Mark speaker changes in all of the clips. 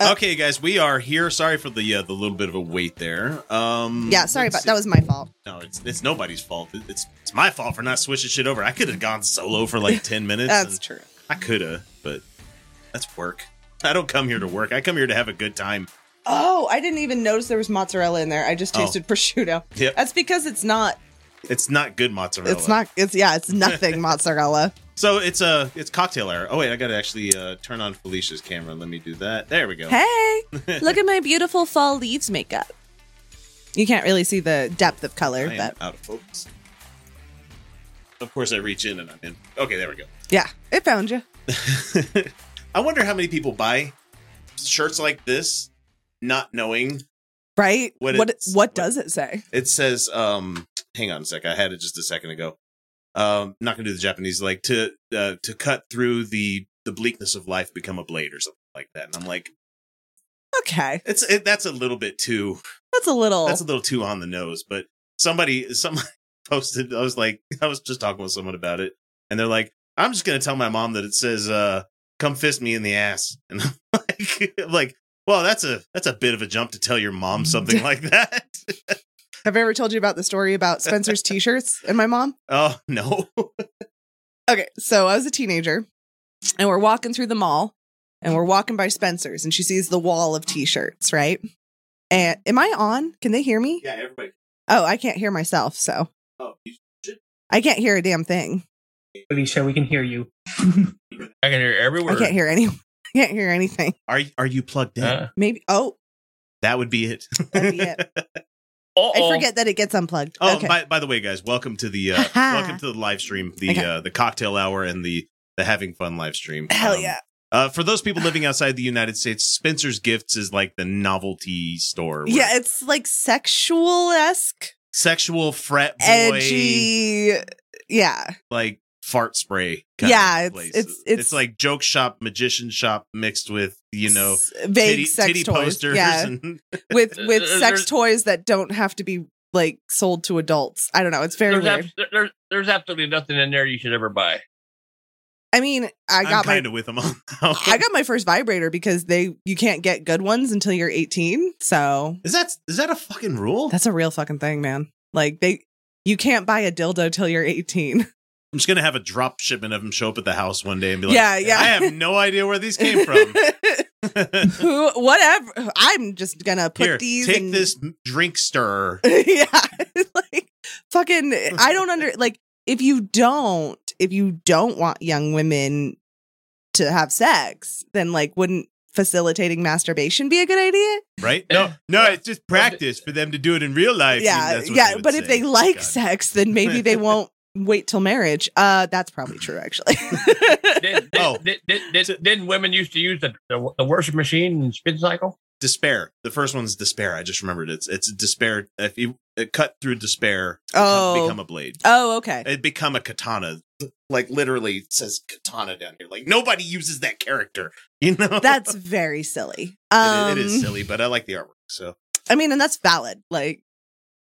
Speaker 1: Uh,
Speaker 2: okay, guys, we are here. Sorry for the uh, the little bit of a wait there. Um,
Speaker 1: Yeah, sorry,
Speaker 2: let's
Speaker 1: but
Speaker 2: see.
Speaker 1: that was my fault.
Speaker 2: No, it's it's nobody's fault. It- It's it's my fault for not switching shit over. I could have gone solo for like ten minutes.
Speaker 1: That's
Speaker 2: and
Speaker 1: true.
Speaker 2: I could have, but that's work. I don't come here to work. I come here to have a good time.
Speaker 1: Oh, I didn't even notice there was mozzarella in there. I just
Speaker 2: Oh.
Speaker 1: tasted prosciutto.
Speaker 2: Yep.
Speaker 1: That's because it's not.
Speaker 2: It's not good mozzarella.
Speaker 1: It's not. It's yeah. It's nothing mozzarella.
Speaker 2: So it's a uh, it's cocktail hour. Oh wait, I gotta actually uh, turn on Felicia's camera. Let me do that. There we go.
Speaker 3: Hey, look at my beautiful fall leaves makeup.
Speaker 1: You can't really see the depth of color,
Speaker 2: I am
Speaker 1: but
Speaker 2: out of focus. Of course, I reach in and I'm in. Okay, there we go.
Speaker 1: yeah, it found you.
Speaker 2: I wonder how many people buy shirts like this, not knowing
Speaker 1: Right?
Speaker 2: What
Speaker 1: what,
Speaker 2: it's-
Speaker 1: what does it say?
Speaker 2: it says. Um, hang on a sec. I had it just a second ago. Um, not gonna do the Japanese like to uh, to cut through the the bleakness of life, become a blade or something like that. And I'm like,
Speaker 1: Okay,
Speaker 2: it's it, that's a little bit too
Speaker 1: that's a little.
Speaker 2: that's a little too on the nose, but somebody somebody posted I was like I was just talking with someone about it and they're like, I'm just gonna tell my mom that it says uh come fist me in the ass and I'm like I'm like, well that's a that's a bit of a jump to tell your mom something like that.
Speaker 1: Have I ever told you about the story about Spencer's t-shirts and my mom?
Speaker 2: oh no.
Speaker 1: Okay, so I was a teenager, and we're walking through the mall, and we're walking by Spencer's, and she sees the wall of t-shirts, right? And am I on? Can they hear me?
Speaker 2: Yeah, everybody
Speaker 1: Oh, I can't hear myself, so
Speaker 2: oh you
Speaker 1: I can't hear a damn thing.
Speaker 4: Alicia, we can hear you.
Speaker 5: I can hear every word.
Speaker 1: I can't hear any. I can't hear anything.
Speaker 2: are are you plugged in?
Speaker 5: Uh,
Speaker 1: Maybe. Oh,
Speaker 2: that would be it.
Speaker 1: That'd be it.
Speaker 5: uh-oh.
Speaker 1: I forget that it gets unplugged.
Speaker 2: Oh,
Speaker 1: okay.
Speaker 2: by, by the way, guys, welcome to the uh,
Speaker 1: Ha-ha.
Speaker 2: welcome to the live stream, the
Speaker 1: Okay.
Speaker 2: uh, the cocktail hour, and the the having fun live stream.
Speaker 1: Hell
Speaker 2: Um,
Speaker 1: yeah.
Speaker 2: Uh, for those people living outside the United States, Spencer's Gifts is like the novelty store. where
Speaker 1: Yeah, it's like sexual esque,
Speaker 2: sexual frat boy,
Speaker 1: edgy. Yeah,
Speaker 2: like fart spray.
Speaker 1: Yeah, it's-
Speaker 2: place.
Speaker 1: it's- it's-
Speaker 2: like joke shop, magician shop mixed with you know
Speaker 1: S- vague
Speaker 2: titty,
Speaker 1: sex
Speaker 2: titty
Speaker 1: toys.
Speaker 2: posters.
Speaker 1: Yeah,
Speaker 2: and
Speaker 1: with
Speaker 2: Uh,
Speaker 1: with sex
Speaker 5: There's-
Speaker 1: toys that don't have to be like sold to adults. I don't know. It's very
Speaker 5: There's,
Speaker 1: weird.
Speaker 5: ab- there- there's, there's absolutely nothing in there you should ever buy.
Speaker 1: I mean, I
Speaker 2: I am
Speaker 1: got my
Speaker 2: kind of with them all. Now.
Speaker 1: I got my first vibrator because they you can't get good ones until you're 18. So
Speaker 2: is that is that a fucking rule?
Speaker 1: that's a real fucking thing, man. Like they you can't buy a dildo till you're 18.
Speaker 2: I'm just gonna have a drop shipment of them show up at the house one day and be like,
Speaker 1: Yeah, yeah.
Speaker 2: I have no idea where these came from.
Speaker 1: Who, whatever. I'm just gonna put
Speaker 2: Here,
Speaker 1: these.
Speaker 2: take
Speaker 1: in-
Speaker 2: this drink stirrer.
Speaker 1: yeah, like fucking. I don't under like if you don't if you don't want young women to have sex, then like wouldn't facilitating masturbation be a good idea?
Speaker 2: right? No, no, it's just practice for them to do it in real life.
Speaker 1: yeah,
Speaker 2: That's what
Speaker 1: yeah.
Speaker 2: would
Speaker 1: But
Speaker 2: say.
Speaker 1: if they like
Speaker 2: God.
Speaker 1: sex, then maybe they won't wait till marriage. Uh, that's probably true, actually.
Speaker 5: Did,
Speaker 2: Oh.
Speaker 5: did, did, did, did, didn't women used to use the, the, the worship machine and spin cycle?
Speaker 2: despair. The first one's despair. I just remembered it's it's despair. If you uh, cut through despair, become-
Speaker 1: Oh.
Speaker 2: become a blade.
Speaker 1: oh, okay.
Speaker 2: It become a katana. Like literally it says katana down here. Like nobody uses that character. You know,
Speaker 1: That's very silly.
Speaker 2: It
Speaker 1: Um,
Speaker 2: i- it is silly, but I like the artwork. So
Speaker 1: I mean, and that's valid. Like,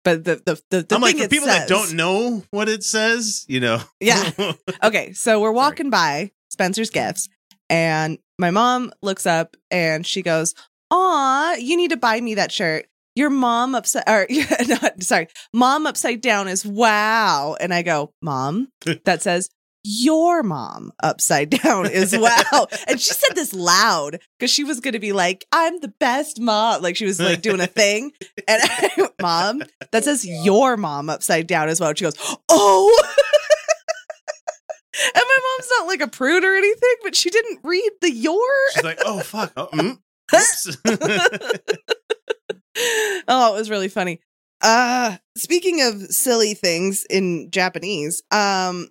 Speaker 1: but the the the, the
Speaker 2: I'm
Speaker 1: thing
Speaker 2: like for
Speaker 1: it
Speaker 2: people that
Speaker 1: says-
Speaker 2: don't know what it says. You know,
Speaker 1: Yeah. Okay, so we're
Speaker 2: Sorry.
Speaker 1: walking by Spencer's Gifts, and my mom looks up and she goes, "Aw, you need to buy me that shirt." Your mom upside, or not, sorry, mom upside down is wow. And I go, mom, that says your mom upside down is wow. and she said this loud because she was going to be like, I'm the best mom. Like she was like doing a thing. And I, went, mom, that says your mom upside down as well. And she goes, oh. And my mom's not like a prude or anything, but she didn't read the your.
Speaker 2: she's like, oh fuck, oh, mm, oops.
Speaker 1: oh, it was really funny. Uh speaking of silly things in Japanese, um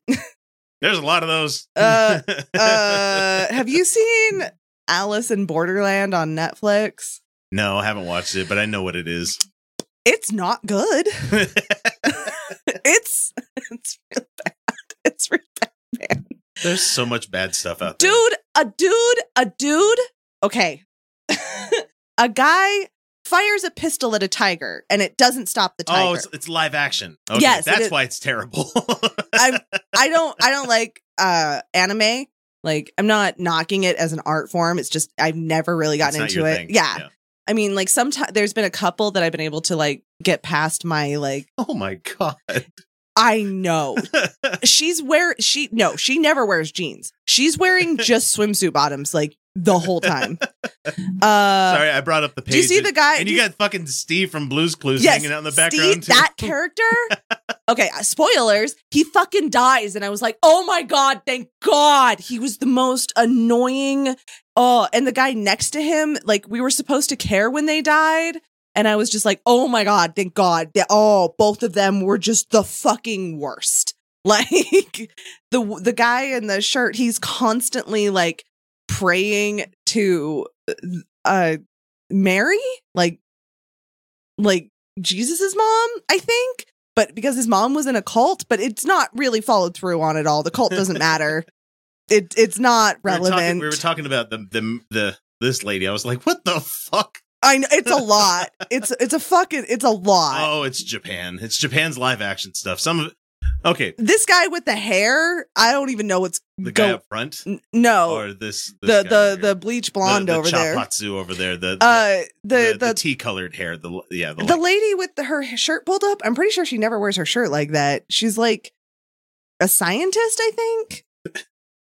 Speaker 2: There's a lot of those.
Speaker 1: Uh, uh have you seen Alice in Borderland on Netflix?
Speaker 2: no, I haven't watched it, but I know what it is.
Speaker 1: It's not good. It's it's real bad. It's real bad, man.
Speaker 2: There's so much bad stuff out there.
Speaker 1: dude, a dude, a dude. Okay. a guy fires a pistol at a tiger and it doesn't stop the tiger.
Speaker 2: Oh, it's, it's live action. Okay,
Speaker 1: Yes, it
Speaker 2: that's
Speaker 1: is.
Speaker 2: why it's terrible.
Speaker 1: I'm I don't I don't like uh anime Like I'm not knocking it as an art form. It's just I've never really
Speaker 2: It's
Speaker 1: gotten
Speaker 2: not
Speaker 1: into
Speaker 2: your
Speaker 1: it.
Speaker 2: thing.
Speaker 1: Yeah. I mean, like sometimes there's been a couple that I've been able to like get past my like
Speaker 2: Oh my god.
Speaker 1: Uh, I know. She's wear she no, she never wears jeans. She's wearing just swimsuit bottoms like the whole time. Uh
Speaker 2: Sorry, I brought up the page.
Speaker 1: do you see the guy
Speaker 2: and you got fucking Steve from Blues Clues
Speaker 1: Yes,
Speaker 2: hanging out in the background
Speaker 1: Steve,
Speaker 2: too.
Speaker 1: that character? okay, uh, spoilers. He fucking dies, and I was like, oh my god, thank God, he was the most annoying. Oh, and the guy next to him, like we were supposed to care when they died, and I was just like, oh my god, thank God. They, oh, both of them were just the fucking worst. Like the the guy in the shirt, he's constantly like praying to uh Mary, like like Jesus's mom, I think, but because his mom was in a cult, but it's not really followed through on at all. The cult doesn't matter. It it's not
Speaker 2: We were talking-
Speaker 1: relevant.
Speaker 2: We were talking, about the the the this lady. I was like, what the fuck?
Speaker 1: I know it's a lot. It's it's a fucking it's a lot.
Speaker 2: oh, it's Japan. It's Japan's live action stuff. Some of okay,
Speaker 1: This guy with the hair, I don't even know what's
Speaker 2: the guy
Speaker 1: go.
Speaker 2: up front
Speaker 1: n- no,
Speaker 2: or this, this guy
Speaker 1: the the
Speaker 2: over here?
Speaker 1: the bleach blonde
Speaker 2: the, the
Speaker 1: over there.
Speaker 2: Chapatsu over there. The
Speaker 1: Uh,
Speaker 2: the,
Speaker 1: the
Speaker 2: the
Speaker 1: the
Speaker 2: tea colored hair. The yeah, the,
Speaker 1: the
Speaker 2: like-
Speaker 1: lady with the, her shirt pulled up i'm pretty sure she never wears her shirt like that she's like a scientist i think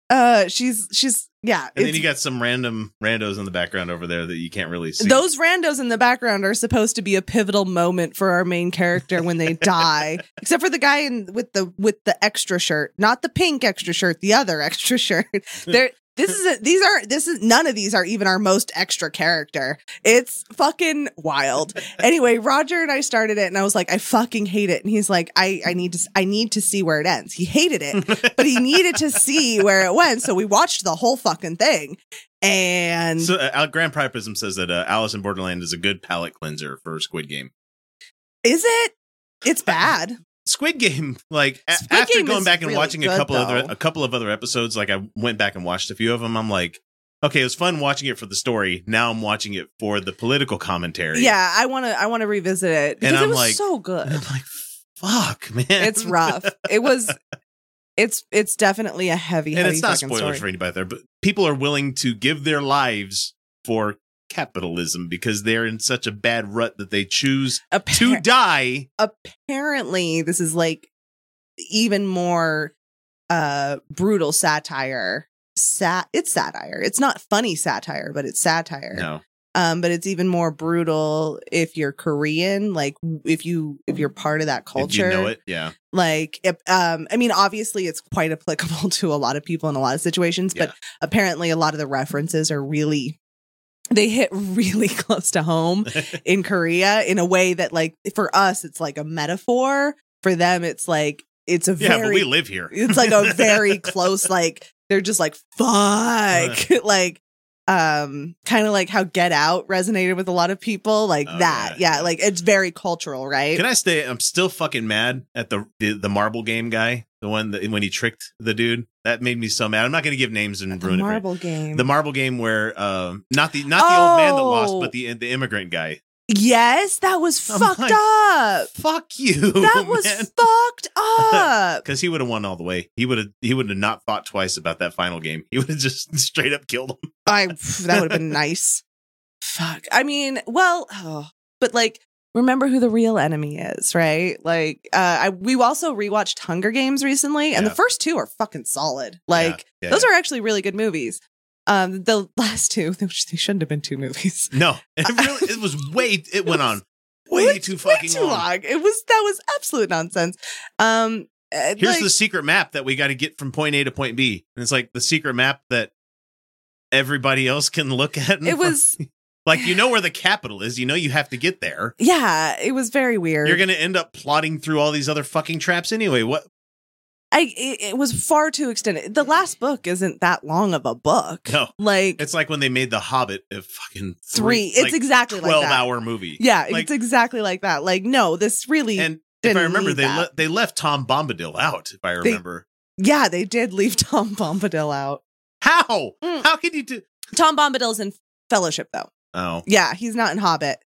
Speaker 1: uh she's she's yeah
Speaker 2: and then
Speaker 1: it's-
Speaker 2: you got some random randos in the background over there that you can't really see.
Speaker 1: those randos in the background are supposed to be a pivotal moment for our main character when they die except for the guy in with the with the extra shirt not the pink extra shirt the other extra shirt there this is a, these are this is none of these are even our most extra character it's fucking wild anyway roger and i started it and i was like i fucking hate it and he's like i i need to s- i need to see where it ends he hated it but he needed to see where it went so we watched the whole fucking thing and
Speaker 2: So, uh, Al- Grand Priapism says that uh, Alice in Borderland is a good palate cleanser for Squid Game.
Speaker 1: Is it? It's bad.
Speaker 2: Squid Game, like a-
Speaker 1: Squid
Speaker 2: after
Speaker 1: Game
Speaker 2: going
Speaker 1: is
Speaker 2: back and
Speaker 1: really
Speaker 2: watching a
Speaker 1: good,
Speaker 2: couple other
Speaker 1: though.
Speaker 2: a couple of other episodes, like I went back and watched a few of them. I'm like, okay, it was fun watching it for the story. Now I'm watching it for the political commentary.
Speaker 1: Yeah, I want to. I want to revisit it because
Speaker 2: I'm
Speaker 1: it was
Speaker 2: like-
Speaker 1: so
Speaker 2: And
Speaker 1: good.
Speaker 2: I'm like, fuck, man,
Speaker 1: It's rough. It was. It's it's definitely a heavy,
Speaker 2: and
Speaker 1: heavy
Speaker 2: it's not
Speaker 1: fucking
Speaker 2: spoilers
Speaker 1: story.
Speaker 2: for anybody out there, but people are willing to give their lives for capitalism because they're in such a bad rut that they choose
Speaker 1: Appar-
Speaker 2: to die.
Speaker 1: apparently, this is like even more uh brutal satire. Sat. It's satire. It's not funny satire, but it's satire.
Speaker 2: No,
Speaker 1: Um, but it's even more brutal if you're Korean. Like if you if you're part of that
Speaker 2: if
Speaker 1: culture.
Speaker 2: you know it, yeah.
Speaker 1: like if, um i mean obviously it's quite applicable to a lot of people in a lot of situations
Speaker 2: Yeah.
Speaker 1: but apparently a lot of the references are really they hit really close to home in korea in a way that like for us it's like a metaphor for them it's like it's a
Speaker 2: Yeah,
Speaker 1: very
Speaker 2: but we live here.
Speaker 1: it's like a very close like they're just like fuck like um kind of like how get out resonated with a lot of people like
Speaker 2: Oh,
Speaker 1: that
Speaker 2: yeah.
Speaker 1: yeah. like it's very cultural right
Speaker 2: Can I stay? I'm still fucking mad at the the, the marble game guy, the one that when he tricked the dude. That made me so mad. I'm not going to give names and
Speaker 1: the
Speaker 2: ruin it. for
Speaker 1: marble game
Speaker 2: you. The marble game where um, not the not the old man that lost,
Speaker 1: Oh.
Speaker 2: but the the immigrant guy.
Speaker 1: Yes, that was
Speaker 2: I'm
Speaker 1: fucked
Speaker 2: like, "Oh,
Speaker 1: up.
Speaker 2: Fuck you.
Speaker 1: That was fucked up.
Speaker 2: because he would have won all the way. He would have he would have not thought twice about that final game. He would have just straight up killed him.
Speaker 1: I that would have been nice. Fuck. I mean, well, oh, but like remember who the real enemy is, right? Like uh I we also rewatched Hunger Games recently and
Speaker 2: Yeah.
Speaker 1: the first two are fucking solid. Like
Speaker 2: Yeah,
Speaker 1: those are actually really good movies. Um the last two, which they shouldn't have been two movies.
Speaker 2: yeah. no. It really it was way it went on
Speaker 1: It
Speaker 2: way
Speaker 1: was
Speaker 2: too fucking
Speaker 1: too
Speaker 2: long.
Speaker 1: It was that was absolute nonsense. Um uh,
Speaker 2: here's
Speaker 1: like-
Speaker 2: the secret map that we got to get from point A to point B. And it's like the secret map that everybody else can look at. and-
Speaker 1: it was
Speaker 2: like you know where the capital is. You know you have to get there.
Speaker 1: yeah, it was very weird.
Speaker 2: You're going to end up plodding through all these other fucking traps anyway. What?
Speaker 1: I it, it was far too extended. The last book isn't that long of a book.
Speaker 2: No.
Speaker 1: like
Speaker 2: It's like when they made The Hobbit a fucking
Speaker 1: three. It's
Speaker 2: like
Speaker 1: exactly like
Speaker 2: 12
Speaker 1: that.
Speaker 2: hour movie.
Speaker 1: Yeah,
Speaker 2: like-
Speaker 1: it's exactly like that. Like no, this really.
Speaker 2: And if I
Speaker 1: Didn't
Speaker 2: remember,
Speaker 1: need
Speaker 2: they
Speaker 1: that.
Speaker 2: le- they left Tom Bombadil out. If I remember,
Speaker 1: yeah, they did leave Tom Bombadil out.
Speaker 2: how
Speaker 1: Mm.
Speaker 2: how can you do?
Speaker 1: Tom Bombadil's in Fellowship though.
Speaker 2: Oh,
Speaker 1: Yeah, he's not in Hobbit.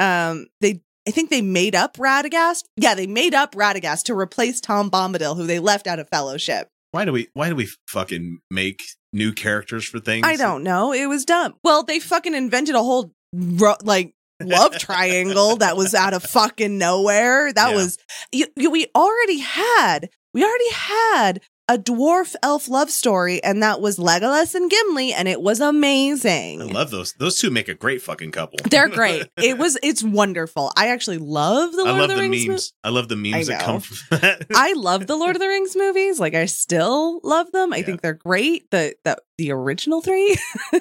Speaker 1: Um, they I think they made up Radagast. Yeah, they made up Radagast to replace Tom Bombadil, who they left out of Fellowship.
Speaker 2: why do we why do we fucking make new characters for things.
Speaker 1: I don't know. It was dumb. Well, they fucking invented a whole ro- like love triangle that was out of fucking nowhere. That
Speaker 2: Yeah.
Speaker 1: was you, you, we already had we already had a dwarf elf love story, and that was Legolas and Gimli, and it was amazing.
Speaker 2: I love those. Those two make a great fucking couple.
Speaker 1: They're great. it was it's wonderful. I actually love the
Speaker 2: I
Speaker 1: Lord
Speaker 2: love
Speaker 1: of the,
Speaker 2: the,
Speaker 1: Rings.
Speaker 2: memes.
Speaker 1: mo-
Speaker 2: I love the memes
Speaker 1: I
Speaker 2: that
Speaker 1: know.
Speaker 2: come from that.
Speaker 1: I love the Lord of the Rings movies. Like I still love them. I
Speaker 2: Yeah.
Speaker 1: think they're great. The the the original three,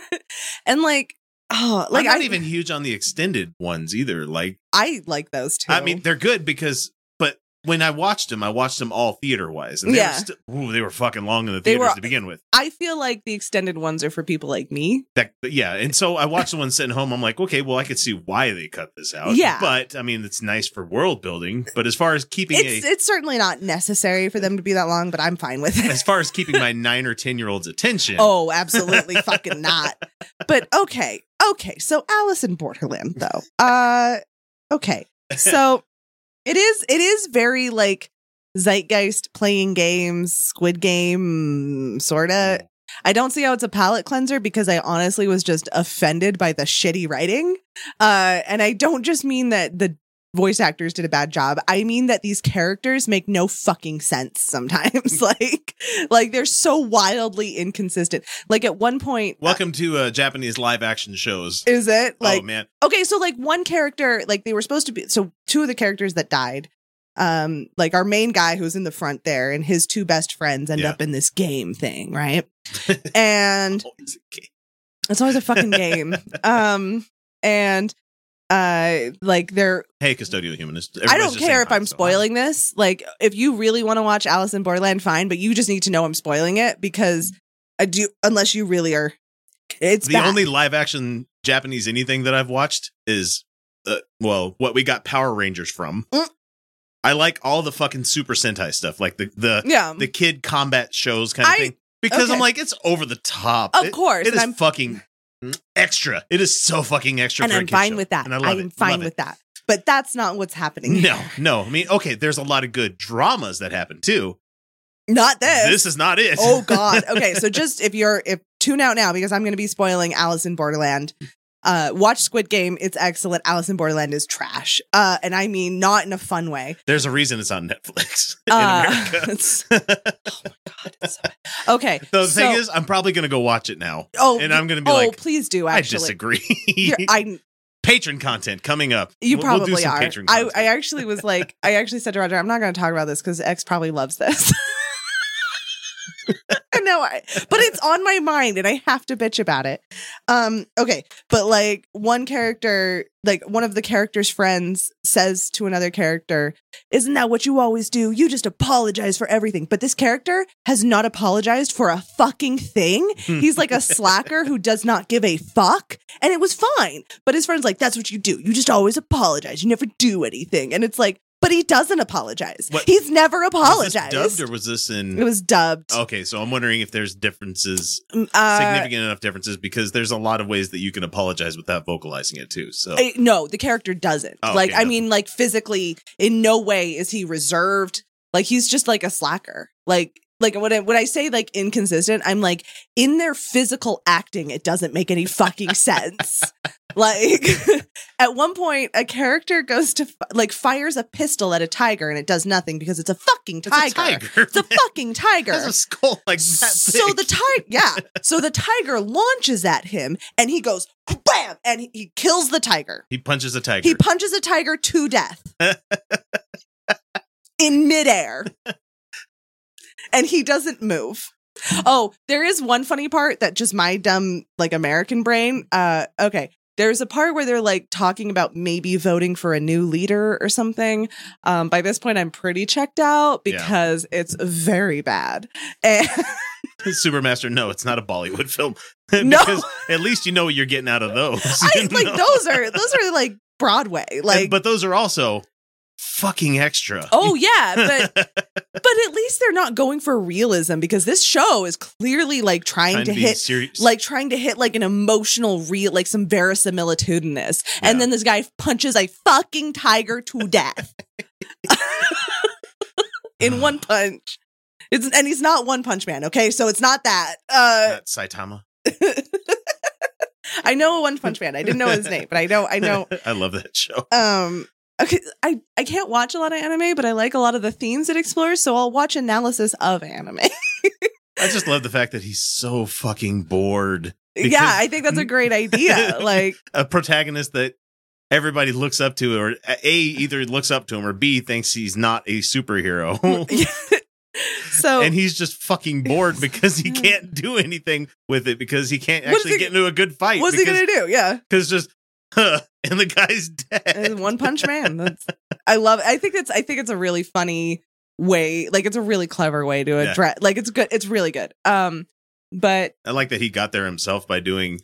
Speaker 1: and like oh,
Speaker 2: like
Speaker 1: like
Speaker 2: I'm
Speaker 1: I
Speaker 2: not even huge on the extended ones either. Like
Speaker 1: I like those too.
Speaker 2: I mean, they're good because, but when I watched them, I watched them all theater wise, and they
Speaker 1: Yeah.
Speaker 2: were still, ooh, they were fucking long in the
Speaker 1: They
Speaker 2: theaters
Speaker 1: were-
Speaker 2: to begin with.
Speaker 1: I feel like the extended ones are for people like me.
Speaker 2: That yeah, and so I watched the one sitting home. I'm like, okay, well, I could see why they cut this out.
Speaker 1: Yeah.
Speaker 2: but I mean, it's nice for world building. But as far as keeping a
Speaker 1: It's it's certainly not necessary for them to be that long, but I'm fine with
Speaker 2: as
Speaker 1: it.
Speaker 2: far as keeping my nine or ten year old's attention.
Speaker 1: Oh, absolutely fucking not. But okay. Okay. So Alice in Borderland though. Uh okay. So it is it is very like zeitgeist playing games, squid game mm, sorta. I don't see how it's a palate cleanser because I honestly was just offended by the shitty writing. Uh, and I don't just mean that the voice actors did a bad job. I mean that these characters make no fucking sense sometimes. like, like they're so wildly inconsistent. Like at one point, uh,
Speaker 2: welcome to uh, Japanese live action shows.
Speaker 1: is it like
Speaker 2: oh man,
Speaker 1: okay so like one character like they were supposed to be so two of the characters that died um like our main guy who's in the front there and his two best friends end
Speaker 2: Yeah.
Speaker 1: up in this game thing right and
Speaker 2: Oh, it's a game.
Speaker 1: it's always a fucking game um and uh like they're
Speaker 2: hey, custodial humanist.
Speaker 1: I
Speaker 2: Everybody's
Speaker 1: don't
Speaker 2: just
Speaker 1: care
Speaker 2: saying
Speaker 1: if
Speaker 2: hi,
Speaker 1: I'm
Speaker 2: so hi.
Speaker 1: spoiling this. Like, if you really want to watch Alice in Borderland, fine, but you just need to know I'm spoiling it because I do, unless you really are. It's
Speaker 2: the
Speaker 1: bad.
Speaker 2: only live action Japanese anything that I've watched is uh, well, what we got Power Rangers from.
Speaker 1: Mm.
Speaker 2: I like all the fucking Super Sentai stuff, like the the
Speaker 1: yeah,
Speaker 2: the kid combat shows kind of
Speaker 1: I-
Speaker 2: thing, because I'm
Speaker 1: okay.
Speaker 2: like it's over the top.
Speaker 1: of
Speaker 2: It- it
Speaker 1: course, and
Speaker 2: is
Speaker 1: I'm
Speaker 2: fucking extra. It is so fucking extra.
Speaker 1: and
Speaker 2: for a
Speaker 1: I'm
Speaker 2: kid
Speaker 1: fine
Speaker 2: show.
Speaker 1: with that.
Speaker 2: and I love
Speaker 1: am
Speaker 2: it.
Speaker 1: fine
Speaker 2: Love
Speaker 1: with
Speaker 2: it.
Speaker 1: that. But that's not what's happening.
Speaker 2: No, no. I mean, okay, there's a lot of good dramas that happen too.
Speaker 1: not this.
Speaker 2: This is not it.
Speaker 1: oh God. Okay, so just if you're if tune out now because I'm going to be spoiling Alice in Borderland.
Speaker 2: Mm.
Speaker 1: Uh, watch Squid Game. It's excellent. Alice in Borderland is trash. Uh, and I mean not in a fun way.
Speaker 2: there's a reason it's on Netflix in
Speaker 1: Uh,
Speaker 2: America.
Speaker 1: it's- okay.
Speaker 2: the thing
Speaker 1: so-
Speaker 2: is, I'm probably gonna go watch it now.
Speaker 1: oh,
Speaker 2: and I'm gonna be
Speaker 1: oh,
Speaker 2: like,
Speaker 1: please do actually.
Speaker 2: I disagree.
Speaker 1: You're- I
Speaker 2: patron content coming up.
Speaker 1: you
Speaker 2: We'll-
Speaker 1: probably
Speaker 2: we'll do some
Speaker 1: are.
Speaker 2: Patron
Speaker 1: I, I
Speaker 2: content.
Speaker 1: actually was like, I actually said to Roger, I'm not going to talk about this because X probably loves this. I know, I, but it's on my mind and I have to bitch about it. Um, okay, but like one character, like one of the character's friends says to another character, "Isn't that what you always do? You just apologize for everything." But this character has not apologized for a fucking thing. He's like a slacker who does not give a fuck, and it was fine. But his friend's like, "That's what you do. You just always apologize. You never do anything." And it's like, but he doesn't apologize.
Speaker 2: What-
Speaker 1: He's never
Speaker 2: Was this
Speaker 1: apologized.
Speaker 2: dubbed or Oh, was this
Speaker 1: it
Speaker 2: in?
Speaker 1: was dubbed.
Speaker 2: Okay, so I'm wondering if there's differences,
Speaker 1: Mm, uh,
Speaker 2: significant enough differences, because there's a lot of ways that you can apologize without vocalizing it too. So
Speaker 1: I- no, the character doesn't.
Speaker 2: Oh,
Speaker 1: like,
Speaker 2: okay,
Speaker 1: I
Speaker 2: doesn't.
Speaker 1: mean, like physically, in no way is he reserved. Like, he's just like a slacker. Like, like when I, when I say like inconsistent, I'm like in their physical acting, it doesn't make any fucking sense. like, at one point, a character goes to f- like fires a pistol at a tiger and it does nothing because it's a fucking
Speaker 2: It's a
Speaker 1: tiger.
Speaker 2: tiger.
Speaker 1: It's a fucking tiger.
Speaker 2: It has a skull like that.
Speaker 1: So
Speaker 2: big.
Speaker 1: the tiger, yeah. So the tiger launches at him, and he goes bam, and he, he kills the tiger.
Speaker 2: he punches a tiger.
Speaker 1: He punches a tiger to death in midair, and he doesn't move. Oh, there is one funny part that just my dumb like American brain. Uh, okay. There's a part where they're like talking about maybe voting for a new leader or something. Um, by this point, I'm pretty checked out
Speaker 2: Yeah.
Speaker 1: because it's very bad. And
Speaker 2: Supermaster. No, it's not a Bollywood film.
Speaker 1: No.
Speaker 2: Because at least you know what you're getting out of those.
Speaker 1: I
Speaker 2: you
Speaker 1: like
Speaker 2: know?
Speaker 1: those are those are like Broadway. Like
Speaker 2: but those are also fucking extra.
Speaker 1: oh yeah, but but at least they're not going for realism because this show is clearly like trying,
Speaker 2: Trying
Speaker 1: to
Speaker 2: be
Speaker 1: hit
Speaker 2: serious.
Speaker 1: like trying to hit like an emotional real like some verisimilitudinous.
Speaker 2: Yeah.
Speaker 1: And then this guy punches a fucking tiger to death. In one punch. It's and he's not One Punch Man, okay? So it's not that. Uh,
Speaker 2: That Saitama.
Speaker 1: I know a One Punch Man. I didn't know his name, but I know I know.
Speaker 2: I love that show.
Speaker 1: Um, okay, I I can't watch a lot of anime, but I like a lot of the themes it explores. So I'll watch analysis of anime.
Speaker 2: I just love the fact that he's so fucking bored. Because-
Speaker 1: yeah, I think that's a great idea. Like,
Speaker 2: A protagonist that everybody looks up to, or A, either looks up to him, or B, thinks he's not a superhero.
Speaker 1: so
Speaker 2: and he's just fucking bored because he can't do anything with it because he can't
Speaker 1: What is
Speaker 2: actually
Speaker 1: he-
Speaker 2: get into a good fight.
Speaker 1: what's he
Speaker 2: because,
Speaker 1: gonna do? Yeah.
Speaker 2: Because just, huh, and the guy's
Speaker 1: And
Speaker 2: dead.
Speaker 1: One Punch Man. That's, I love. I think it's. I think it's a really funny way. Like it's a really clever way to
Speaker 2: Yeah.
Speaker 1: address. Like it's good. It's really good. Um, but
Speaker 2: I like that he got there himself by doing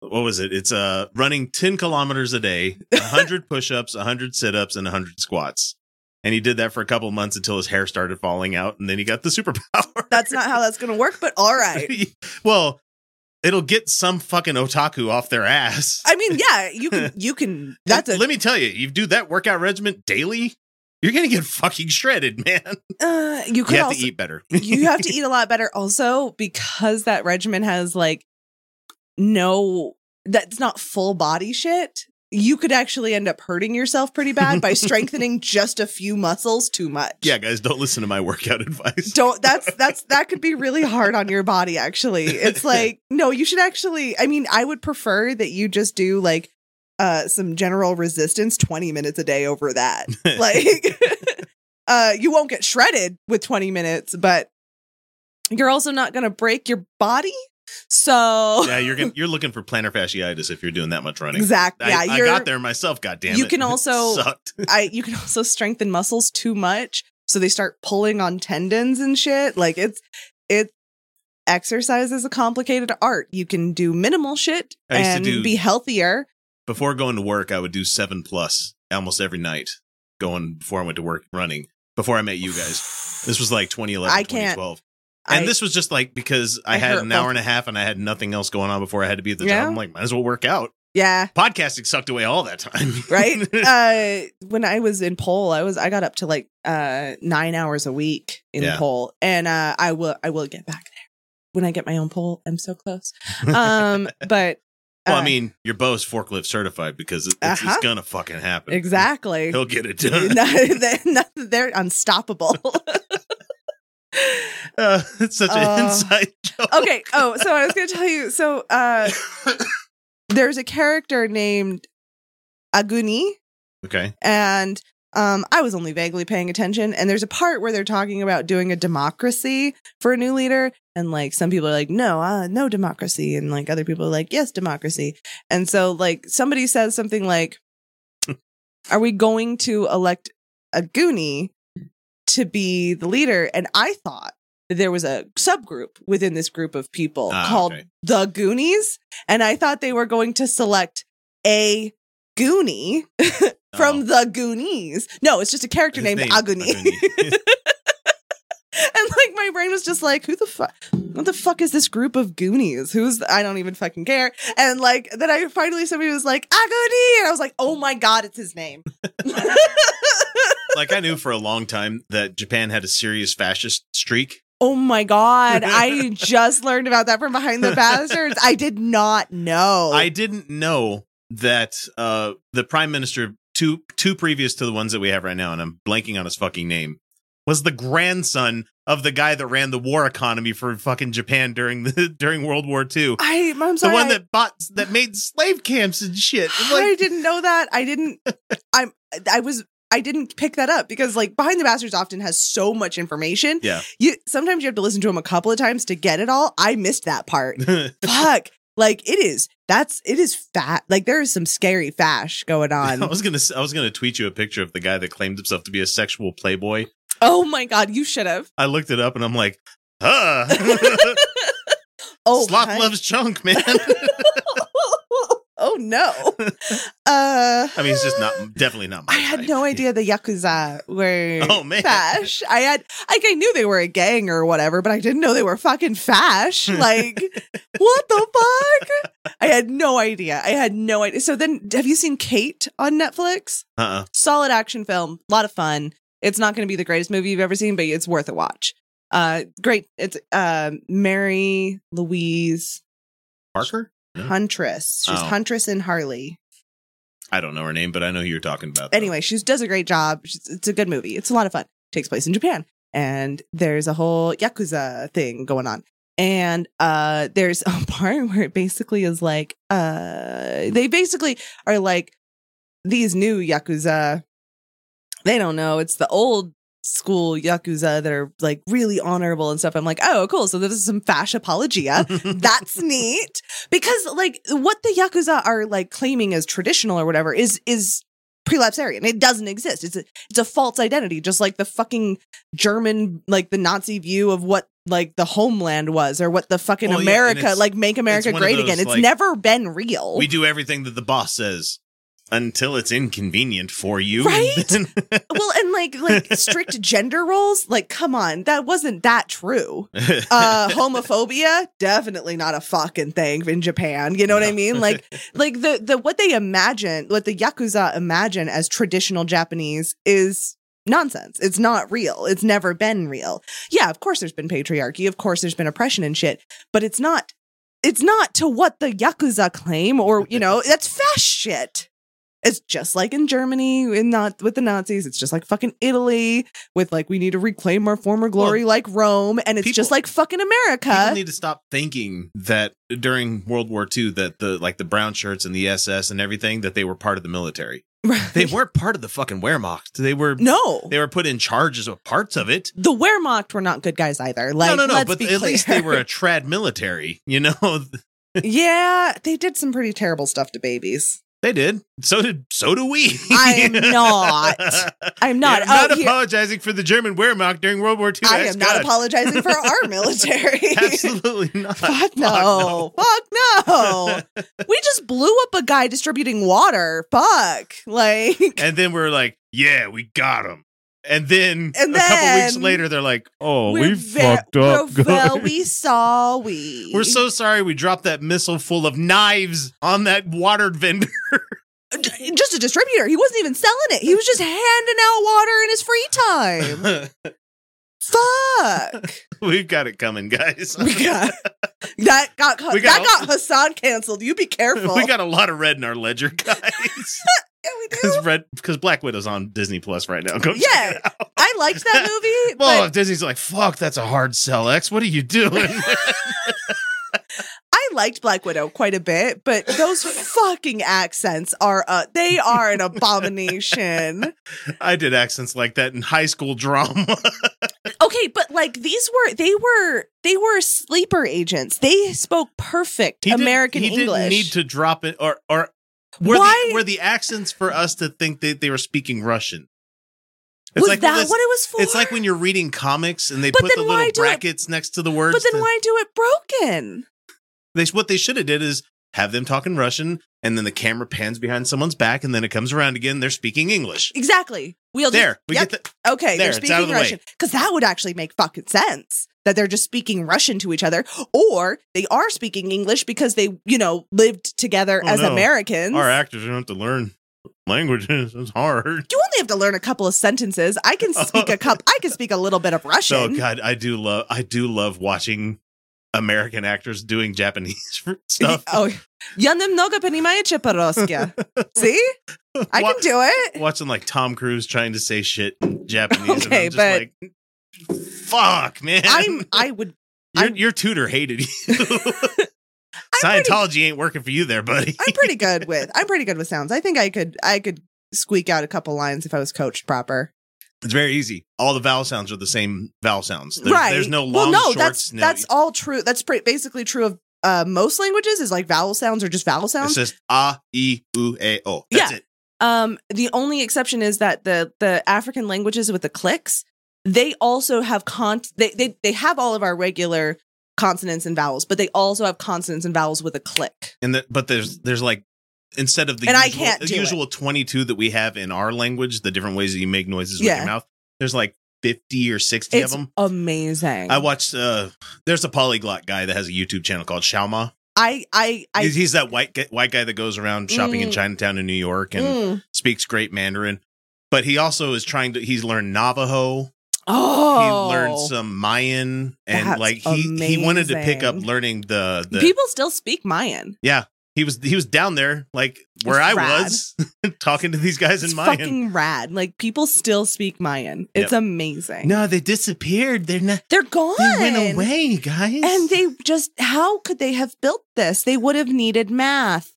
Speaker 2: what was it? It's uh running 10 kilometers a day, 100 push-ups, 100 sit-ups and 100 squats. And he did that for a couple months until his hair started falling out and then he got the superpower.
Speaker 1: that's not how that's gonna work. But all right.
Speaker 2: well, it'll get some fucking otaku off their ass.
Speaker 1: I mean, yeah, you can. You can. That's a.
Speaker 2: Let me tell you, you do that workout regimen daily, you're going to get fucking shredded, man.
Speaker 1: Uh, you could
Speaker 2: You have
Speaker 1: also.
Speaker 2: to eat better.
Speaker 1: you have to eat a lot better also because that regimen has like no that's not full body shit you could actually end up hurting yourself pretty bad by strengthening just a few muscles too much
Speaker 2: yeah, guys, don't listen to my workout advice.
Speaker 1: don't that's that's that could be really hard on your body actually it's like no you should actually i mean i would prefer that you just do like uh some general resistance 20 minutes a day over that like uh you won't get shredded with 20 minutes but you're also not going to break your body so
Speaker 2: yeah, you're gonna, you're looking for plantar fasciitis if you're doing that much running.
Speaker 1: exactly yeah
Speaker 2: I, I
Speaker 1: you're
Speaker 2: got there myself. Goddamn,
Speaker 1: you
Speaker 2: it.
Speaker 1: can
Speaker 2: It
Speaker 1: also-
Speaker 2: sucked.
Speaker 1: I you can also strengthen muscles too much, so they start pulling on tendons and shit. Like it's it exercise is a complicated art. You can do minimal shit
Speaker 2: I used to
Speaker 1: and
Speaker 2: do-
Speaker 1: be healthier.
Speaker 2: Before going to work, I would do seven plus almost every night. Going before I went to work, running before I met you guys. This was like 2011,
Speaker 1: I can't-
Speaker 2: 2012. And
Speaker 1: I-
Speaker 2: this was just like because I,
Speaker 1: I
Speaker 2: had
Speaker 1: hurt
Speaker 2: an hour
Speaker 1: both-
Speaker 2: and a half and I had nothing else going on before I had to be at the
Speaker 1: Yeah.
Speaker 2: job. I'm like, might as well work out.
Speaker 1: yeah,
Speaker 2: Podcasting sucked away all that time.
Speaker 1: right? uh when I was in pole, I was I got up to like uh 9 hours a week in
Speaker 2: Yeah.
Speaker 1: pole and uh I will I will get back there. When I get my own pole, I'm so close. Um but
Speaker 2: well,
Speaker 1: uh,
Speaker 2: I mean, your Bose forklift certified because it, it's,
Speaker 1: Uh-huh.
Speaker 2: it's gonna fucking happen.
Speaker 1: exactly.
Speaker 2: He'll get it
Speaker 1: No,
Speaker 2: done.
Speaker 1: they're, not- they're unstoppable.
Speaker 2: Uh, it's such an
Speaker 1: Uh,
Speaker 2: inside joke.
Speaker 1: okay. Oh, so I was going to tell you. So uh, there's a character named Aguni,
Speaker 2: okay.
Speaker 1: and um, I was only vaguely paying attention. And there's a part where they're talking about doing a democracy for a new leader, and like some people are like, "No, uh, no democracy," and like other people are like, "Yes, democracy." And so like somebody says something like, "Are we going to elect Aguni to be the leader?" And I thought. that There was a subgroup within this group of people
Speaker 2: Ah,
Speaker 1: called
Speaker 2: okay.
Speaker 1: the Goonies, and I thought they were going to select a Goonie from
Speaker 2: Oh.
Speaker 1: the Goonies. No, it's just a character
Speaker 2: His
Speaker 1: named
Speaker 2: name,
Speaker 1: Aguni.
Speaker 2: Aguni.
Speaker 1: and like my brain was just like, who the fuck? What the fuck is this group of Goonies? Who's I don't even fucking care. And like then I finally somebody was like Aguni, and I was like, oh my god, it's his name.
Speaker 2: like I knew for a long time that Japan had a serious fascist streak.
Speaker 1: oh my god, I just learned about that from behind the bastards. I did not know.
Speaker 2: I didn't know that uh, the prime minister two two previous to the ones that we have right now, and I'm blanking on his fucking name, was the grandson of the guy that ran the war economy for fucking Japan during the during World War II.
Speaker 1: I I'm sorry.
Speaker 2: the one
Speaker 1: I-
Speaker 2: that bought that made slave camps and shit. It's
Speaker 1: I
Speaker 2: Like,
Speaker 1: didn't know that. I didn't. I'm. I was. I didn't pick that up because like behind the bastards often has so much information.
Speaker 2: Yeah.
Speaker 1: You sometimes you have to listen to them a couple of times to get it all. I missed that part. Fuck. Like it is. That's it is fat. Like there is some scary fash going
Speaker 2: I
Speaker 1: on.
Speaker 2: was gonna s- I was gonna tweet you a picture of the guy that claimed himself to be a sexual playboy.
Speaker 1: oh my god, you should have.
Speaker 2: I looked it up and I'm like, huh.
Speaker 1: Oh,
Speaker 2: Slop
Speaker 1: hi.
Speaker 2: loves chunk, man.
Speaker 1: oh no. Uh.
Speaker 2: I mean, it's just not definitely not. My
Speaker 1: I had
Speaker 2: type.
Speaker 1: no idea the yakuza were
Speaker 2: Oh, man.
Speaker 1: fash. I had like I knew they were a gang or whatever, but I didn't know they were fucking fash. Like what the fuck? I had no idea. I had no idea. So then, have you seen Kate on Netflix?
Speaker 2: Uh-uh.
Speaker 1: Solid action film, a lot of fun. It's not going to be the greatest movie you've ever seen, but it's worth a watch. Uh, great. It's uh, Mary Louise
Speaker 2: Parker? No.
Speaker 1: Huntress. She's
Speaker 2: Oh.
Speaker 1: Huntress in Harley.
Speaker 2: I don't know her name, but I know who you're talking about. though.
Speaker 1: Anyway, she does a great job. She's, it's a good movie. It's a lot of fun. Takes place in Japan, and there's a whole yakuza thing going on. And uh, there's a part where it basically is like uh, they basically are like these new yakuza. They don't know. It's the old school yakuza that are like really honorable and stuff. I'm like, oh, cool. So this is some fascia apologia. that's neat because like what the yakuza are like claiming as traditional or whatever is is prelapsarian it doesn't exist it's a, it's a false identity just like the fucking german like the nazi view of what like the homeland was or what the fucking
Speaker 2: Well, yeah, and
Speaker 1: america
Speaker 2: it's-
Speaker 1: like make america
Speaker 2: it's one of
Speaker 1: great
Speaker 2: those,
Speaker 1: again it's
Speaker 2: like,
Speaker 1: never been real
Speaker 2: we do everything that the boss says until it's inconvenient for you.
Speaker 1: Right?
Speaker 2: Then-
Speaker 1: well and like like strict gender roles like come on that wasn't that true uh homophobia definitely not a fucking thing in japan you know what i
Speaker 2: No.
Speaker 1: mean like like the the what they imagine what the yakuza imagine as traditional japanese is nonsense it's not real it's never been real yeah of course there's been patriarchy of course there's been oppression and shit but it's not it's not to what the yakuza claim or you know that's fast shit it's just like in Germany in not with the Nazis. It's just like fucking Italy with like we need to reclaim our former glory like Rome and it's
Speaker 2: people-
Speaker 1: just like fucking America.
Speaker 2: People need to stop thinking that during World War II that the like the brown shirts and the SS and everything that they were part of the military.
Speaker 1: Right.
Speaker 2: They weren't part of the fucking Wehrmacht. They were
Speaker 1: no.
Speaker 2: they were put in charges of parts of it.
Speaker 1: the Wehrmacht were not good guys either. Like,
Speaker 2: no, no, no.
Speaker 1: let's
Speaker 2: But
Speaker 1: be
Speaker 2: at least they
Speaker 1: clear.
Speaker 2: were a trad military. You know,
Speaker 1: yeah, they did some pretty terrible stuff to babies.
Speaker 2: they did. So did so do we.
Speaker 1: I am not. I'm not.
Speaker 2: I'm not
Speaker 1: out here-
Speaker 2: apologizing for the German Wehrmacht during World War II.
Speaker 1: I
Speaker 2: Ask
Speaker 1: am not
Speaker 2: God.
Speaker 1: apologizing for our military.
Speaker 2: Absolutely not.
Speaker 1: Fuck no. Fuck no. we just blew up a guy distributing water. Fuck. Like,
Speaker 2: And then we're like, yeah, we got him. And then
Speaker 1: And
Speaker 2: a couple weeks
Speaker 1: then-
Speaker 2: later, they're like, oh, we
Speaker 1: we're ve-
Speaker 2: fucked up.
Speaker 1: We're well,
Speaker 2: guys."
Speaker 1: we saw we.
Speaker 2: We're so sorry we dropped that missile full of knives on that water vendor.
Speaker 1: D- just a distributor. He wasn't even selling it. He was just handing out water in his free time. Fuck.
Speaker 2: We've got it coming, guys.
Speaker 1: We got that got,
Speaker 2: We got-
Speaker 1: that got Hassan canceled. You be careful.
Speaker 2: We got a lot of red in our ledger, guys.
Speaker 1: yeah, we do.
Speaker 2: Because red, because Black Widow's on Disney Plus right now. Go check
Speaker 1: Yeah.
Speaker 2: it out.
Speaker 1: I liked that movie,
Speaker 2: Well,
Speaker 1: but
Speaker 2: Disney's like, fuck, that's a hard sell, X. What are you doing?
Speaker 1: I liked Black Widow quite a bit. But those fucking accents are uh, they are an abomination.
Speaker 2: I did accents like that in high school drama.
Speaker 1: Okay, but like these were they were they were sleeper agents. They spoke perfect
Speaker 2: didn't-
Speaker 1: American
Speaker 2: he
Speaker 1: English.
Speaker 2: didn't need to drop it, or or were
Speaker 1: Why-
Speaker 2: the, were the accents for us to think that they were speaking Russian? It's
Speaker 1: was
Speaker 2: like
Speaker 1: that
Speaker 2: well, it's-
Speaker 1: what it was for?
Speaker 2: It's like when you're reading comics and they
Speaker 1: But
Speaker 2: put
Speaker 1: then
Speaker 2: the
Speaker 1: why
Speaker 2: little
Speaker 1: do it-
Speaker 2: brackets next to the words.
Speaker 1: but then
Speaker 2: to-
Speaker 1: why do it broken?
Speaker 2: They, what they should have did is have them talking Russian, and then the camera pans behind someone's back, and then it comes around again. They're speaking English.
Speaker 1: Exactly. We'll just-
Speaker 2: There, we
Speaker 1: Yep.
Speaker 2: get the, There,
Speaker 1: Okay, they're
Speaker 2: it's out of
Speaker 1: speaking
Speaker 2: the way.
Speaker 1: Russian because that would actually make fucking sense that they're just speaking Russian to each other, or they are speaking English because they, you know, lived together
Speaker 2: Oh,
Speaker 1: as
Speaker 2: no.
Speaker 1: Americans.
Speaker 2: our actors don't have to learn languages. It's hard.
Speaker 1: You only have to learn a couple of sentences. I can speak a cup. I can speak a little bit of Russian.
Speaker 2: Oh God, I do love I do love watching American actors doing Japanese stuff.
Speaker 1: Oh, я немного понимаете по-русски. See, I
Speaker 2: Wa-
Speaker 1: can do it.
Speaker 2: watching like Tom Cruise trying to say shit in Japanese.
Speaker 1: Okay,
Speaker 2: and
Speaker 1: but-
Speaker 2: I'm just like, fuck, man.
Speaker 1: I'm. I would.
Speaker 2: your,
Speaker 1: I'm-
Speaker 2: your tutor hated you.
Speaker 1: I'm pretty,
Speaker 2: Scientology ain't working for you there, buddy.
Speaker 1: I'm pretty good with. I'm pretty good with sounds. I think I could. I could squeak out a couple lines if I was coached proper.
Speaker 2: It's very easy. All the vowel sounds are the same vowel sounds. There's,
Speaker 1: right.
Speaker 2: There's no long
Speaker 1: well, no,
Speaker 2: shorts.
Speaker 1: that's
Speaker 2: no,
Speaker 1: that's all true. That's pre- basically true of uh, most languages is like vowel sounds or just vowel
Speaker 2: it's
Speaker 1: sounds.
Speaker 2: just a, e, u, a, o. That's
Speaker 1: Yeah.
Speaker 2: it.
Speaker 1: Um, the only exception is that the the African languages with the clicks, they also have con they they they have all of our regular consonants and vowels, but they also have consonants and vowels with a click.
Speaker 2: And the, but there's there's like instead of the
Speaker 1: And I
Speaker 2: usual,
Speaker 1: can't
Speaker 2: the
Speaker 1: do
Speaker 2: usual 22 that we have in our language, the different ways that you make noises with
Speaker 1: Yeah.
Speaker 2: your mouth, there's like 50 or 60
Speaker 1: it's
Speaker 2: of them.
Speaker 1: amazing.
Speaker 2: I watched. Uh, there's a polyglot guy that has a YouTube channel called Shauma.
Speaker 1: I I I
Speaker 2: he's, he's that white gu- white guy that goes around shopping in
Speaker 1: Mm.
Speaker 2: Chinatown in New York and
Speaker 1: mm.
Speaker 2: speaks great Mandarin. But he also is trying to. He's learned Navajo.
Speaker 1: Oh,
Speaker 2: he learned some Mayan and
Speaker 1: That's
Speaker 2: like he he wanted to pick up
Speaker 1: amazing.
Speaker 2: learning the the
Speaker 1: People still speak Mayan.
Speaker 2: he was he was down there like where I
Speaker 1: It's
Speaker 2: was talking to these guys
Speaker 1: It's
Speaker 2: in Mayan.
Speaker 1: fucking rad. Like people still speak Mayan. It's amazing.
Speaker 2: no, they disappeared. They're not.
Speaker 1: They're gone.
Speaker 2: They went away, guys.
Speaker 1: And they just how could they have built this? They would have needed math.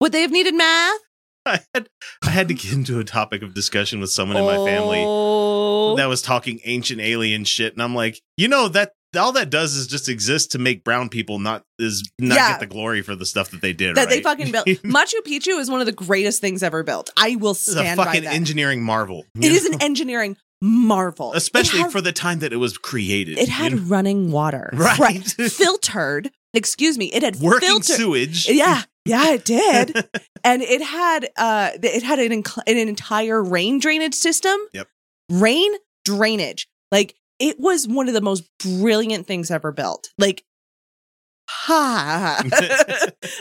Speaker 1: Would they have needed math?
Speaker 2: I had I had to get into a topic of discussion with someone in my family
Speaker 1: Oh.
Speaker 2: that was talking ancient alien shit, and I'm like, you know that all that does is just exist to make brown people not is not
Speaker 1: Yeah.
Speaker 2: get the glory for the stuff that they did.
Speaker 1: that they
Speaker 2: right?
Speaker 1: fucking built. Machu Picchu is one of the greatest things ever built. I will
Speaker 2: It's a
Speaker 1: stand by
Speaker 2: fucking
Speaker 1: that.
Speaker 2: engineering marvel. you
Speaker 1: it is
Speaker 2: know?
Speaker 1: an engineering marvel,
Speaker 2: especially
Speaker 1: it had,
Speaker 2: for the time that it was created.
Speaker 1: it
Speaker 2: you
Speaker 1: had
Speaker 2: know?
Speaker 1: running water,
Speaker 2: Right.
Speaker 1: filtered. Excuse me, it had
Speaker 2: working
Speaker 1: filtered.
Speaker 2: sewage.
Speaker 1: Yeah, yeah, it did, and it had uh, th- it had an inc- an entire rain drainage system.
Speaker 2: Yep.
Speaker 1: rain drainage. Like it was one of the most brilliant things ever built. Like, ha!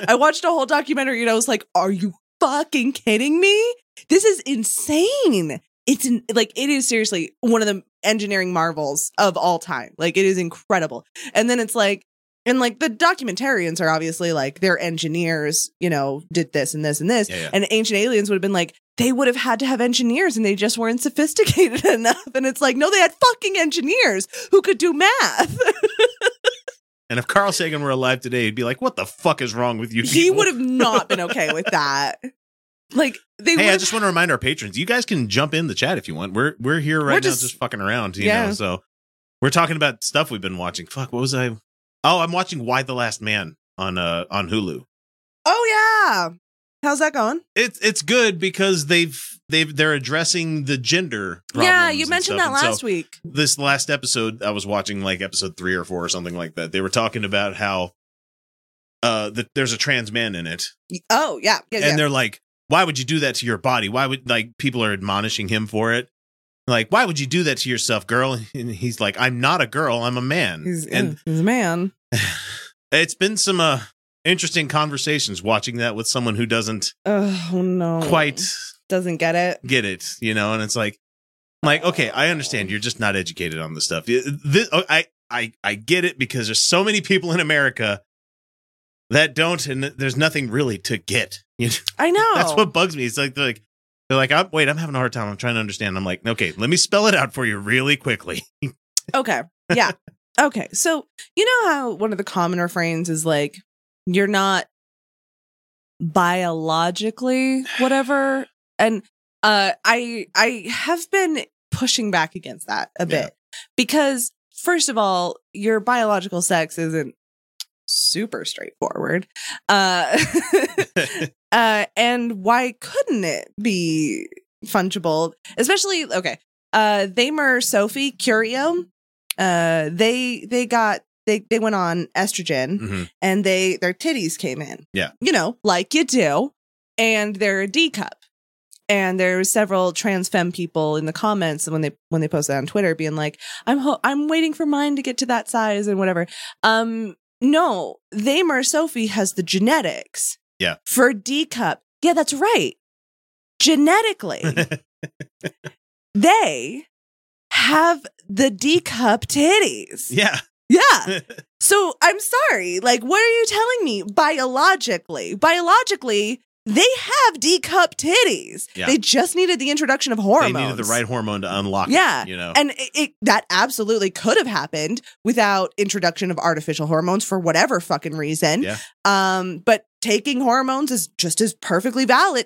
Speaker 1: I watched a whole documentary and I was like, "Are you fucking kidding me? This is insane." It's in, like it is seriously one of the engineering marvels of all time. Like it is incredible. And then it's like and like the documentarians are obviously like their engineers, you know, did this and this and this.
Speaker 2: Yeah, yeah.
Speaker 1: And ancient aliens would have been like they would have had to have engineers and they just weren't sophisticated enough. And it's like, no, they had fucking engineers who could do math.
Speaker 2: And if Carl Sagan were alive today, he'd be like, "What the fuck is wrong with you?"
Speaker 1: he
Speaker 2: people?"
Speaker 1: would have not been okay with that. Like they would
Speaker 2: Hey, I
Speaker 1: have
Speaker 2: just want to remind our patrons: you guys can jump in the chat if you want. We're we're here right now,
Speaker 1: We're just-
Speaker 2: just, fucking around. You
Speaker 1: Yeah.
Speaker 2: know, so we're talking about stuff we've been watching. Fuck, what was I? Oh, I'm watching Why the Last Man on uh on Hulu.
Speaker 1: Oh yeah. How's that going?
Speaker 2: It's it's good because they've they've they're addressing the gender.
Speaker 1: yeah,
Speaker 2: problems
Speaker 1: you
Speaker 2: and
Speaker 1: mentioned
Speaker 2: stuff.
Speaker 1: that
Speaker 2: And so
Speaker 1: last week.
Speaker 2: This last episode, I was watching like episode three or four or something like that. They were talking about how uh the, there's a trans man in it,
Speaker 1: Oh, yeah. Yeah,
Speaker 2: and
Speaker 1: yeah.
Speaker 2: they're like, "Why would you do that to your body? Why would like people are admonishing him for it? Like, why would you do that to yourself, girl?" And he's like, "I'm not a girl. I'm a man."
Speaker 1: He's,
Speaker 2: and
Speaker 1: he's a man.
Speaker 2: it's been some uh, interesting conversations watching that with someone who doesn't
Speaker 1: Oh no.
Speaker 2: quite
Speaker 1: doesn't get it.
Speaker 2: get it, you know. And it's like, like, okay, I understand. You're just not educated on this stuff. This, I, I, I get it because there's so many people in America that don't, and there's nothing really to get. You know?
Speaker 1: I know.
Speaker 2: That's what bugs me. It's like they're like they're like, I'm, wait, I'm having a hard time. I'm trying to understand. I'm like, okay, let me spell it out for you really quickly.
Speaker 1: Okay. Yeah. okay. So you know how one of the common refrains is like, "You're not biologically whatever," and uh, I I have been pushing back against that a
Speaker 2: Yeah.
Speaker 1: bit because first of all, your biological sex isn't super straightforward. Uh, uh, and why couldn't it be fungible? Especially okay, uh, Thamer Sophie Curio, uh, they they got they they went on estrogen
Speaker 2: Mhm.
Speaker 1: and they their titties came in.
Speaker 2: Yeah.
Speaker 1: you know, like you do, and they're a D cup. And there were several trans femme people in the comments when they when they posted that on Twitter, being like, "I'm ho- I'm waiting for mine to get to that size and whatever." Um, no, Thamer Sophie has the genetics.
Speaker 2: Yeah.
Speaker 1: for D cup. Yeah, that's right. Genetically, they have the D cup titties.
Speaker 2: yeah,
Speaker 1: Yeah. So I'm sorry. Like, what are you telling me? Biologically, biologically, they have D cup titties.
Speaker 2: Yeah.
Speaker 1: They just needed the introduction of hormones.
Speaker 2: they needed the right hormone to unlock. it,
Speaker 1: Yeah.
Speaker 2: you know.
Speaker 1: And it, it that absolutely could have happened without introduction of artificial hormones for whatever fucking reason.
Speaker 2: Yeah.
Speaker 1: Um, but taking hormones is just as perfectly valid.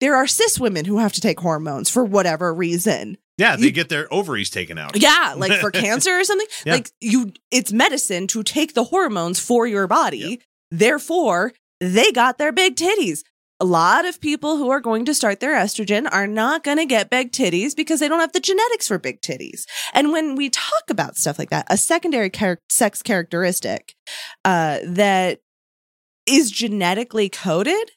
Speaker 1: There are cis women who have to take hormones for whatever reason.
Speaker 2: yeah, they
Speaker 1: you-
Speaker 2: get their ovaries taken out.
Speaker 1: Yeah, like for cancer or something.
Speaker 2: Yeah.
Speaker 1: Like you it's medicine to take the hormones for your body. Therefore, they got their big titties. A lot of people who are going to start their estrogen are not going to get big titties because they don't have the genetics for big titties. And when we talk about stuff like that, a secondary char- sex characteristic uh, that is genetically coded,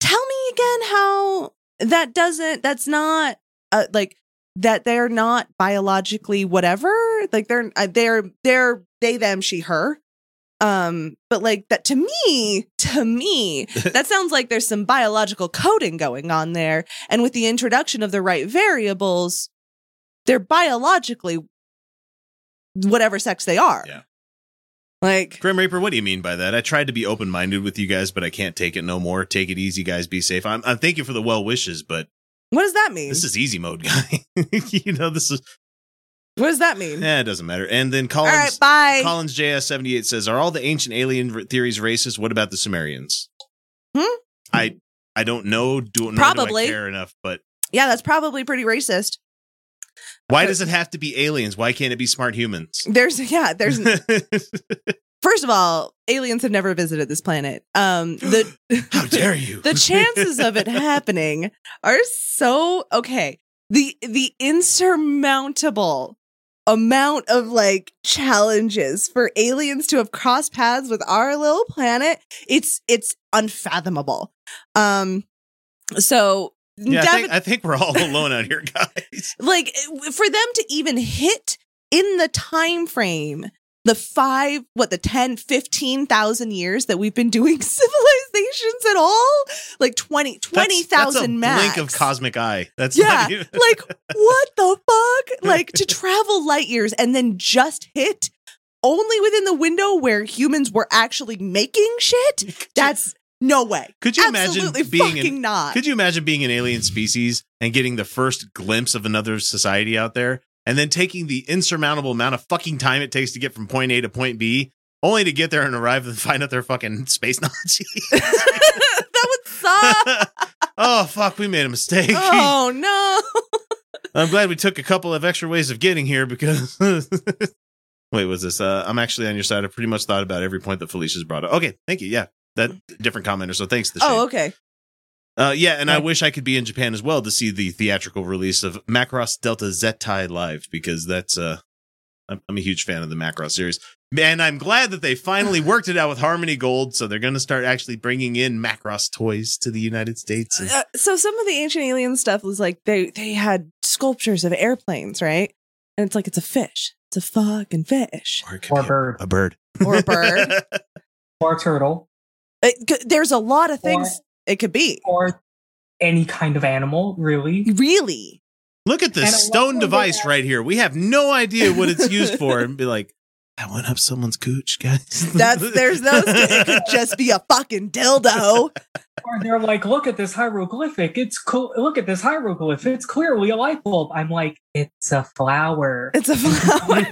Speaker 1: tell me again how that doesn't, that's not uh, like that they're not biologically whatever like they're uh, they're they're they them she her um but like that to me to me that sounds like there's some biological coding going on there and with the introduction of the right variables they're biologically whatever sex they are.
Speaker 2: Yeah.
Speaker 1: Like
Speaker 2: Grim Reaper, what do you mean by that? I tried to be open minded with you guys, but I can't take it no more. Take it easy, guys. Be safe. I'm, I'm thank you for the well wishes, but
Speaker 1: what does that mean?
Speaker 2: this is easy mode, guy. you know, this is
Speaker 1: what does that mean?
Speaker 2: eh, it doesn't matter. And then
Speaker 1: All right,
Speaker 2: Collins
Speaker 1: bye.
Speaker 2: Collins JS seventy eight says, "Are all the ancient alien r- theories racist? What about the Sumerians?"
Speaker 1: Hmm?
Speaker 2: I I don't know. Do
Speaker 1: Probably.
Speaker 2: probably care enough, but
Speaker 1: Yeah, that's probably pretty racist.
Speaker 2: why
Speaker 1: Okay.
Speaker 2: does it have to be aliens? Why can't it be smart humans?
Speaker 1: There's yeah, there's first of all, aliens have never visited this planet. Um the
Speaker 2: How dare you?
Speaker 1: the chances of it happening are so okay the the insurmountable amount of like challenges for aliens to have crossed paths with our little planet it's it's unfathomable um so
Speaker 2: yeah, I
Speaker 1: defi-
Speaker 2: think, I think we're all alone out here, guys.
Speaker 1: like for them to even hit in the time frame the five what the 10 15,000 years that we've been doing civilizations at all like 20
Speaker 2: That's- that's a
Speaker 1: 20,000 max
Speaker 2: Blink of cosmic eye. That's
Speaker 1: Yeah,
Speaker 2: not even-
Speaker 1: like what the fuck like to travel light years and then just hit only within the window where humans were actually making shit that's no way
Speaker 2: could you
Speaker 1: absolutely
Speaker 2: imagine being
Speaker 1: fucking
Speaker 2: an,
Speaker 1: not
Speaker 2: could you imagine being an alien species and getting the first glimpse of another society out there and then taking the insurmountable amount of fucking time it takes to get from point A to point B only to get there and arrive and find out they're fucking space Nazi.
Speaker 1: that would suck
Speaker 2: oh fuck, we made a mistake.
Speaker 1: oh no
Speaker 2: I'm glad we took a couple of extra ways of getting here because. Wait, was this? Uh, I'm actually on your side. I pretty much thought about every point that Felicia's brought up. Okay, thank you. Yeah, that different commenter. So thanks. The
Speaker 1: oh okay
Speaker 2: uh, yeah, and I wish I could be in Japan as well to see the theatrical release of Macross Delta Zetai live because that's uh, I'm, I'm a huge fan of the Macross series. And I'm glad that they finally worked it out with Harmony Gold, so they're going to start actually bringing in Macross toys to the United States. And-
Speaker 1: Uh, so some of the ancient alien stuff was like they they had sculptures of airplanes, right? And it's like it's a fish. It's a fucking fish
Speaker 2: or it could
Speaker 4: Or
Speaker 2: be
Speaker 4: a bird.
Speaker 2: a bird.
Speaker 1: or a bird.
Speaker 4: Or a turtle.
Speaker 1: It c- there's a lot of things it could be.
Speaker 4: Or any kind of animal,
Speaker 1: Mm-hmm.
Speaker 4: really.
Speaker 1: Really?
Speaker 2: Look at
Speaker 4: And I
Speaker 2: this
Speaker 4: love
Speaker 2: stone
Speaker 4: when they
Speaker 2: device
Speaker 4: have-
Speaker 2: right here. We have no idea what it's used for, and be like, I went up someone's cooch, guys.
Speaker 1: That's there's those. It could just be a fucking dildo.
Speaker 4: Or they're like, look at this hieroglyphic. It's cool. Look at this hieroglyph. It's clearly a light bulb. I'm like, it's a flower.
Speaker 1: It's a flower.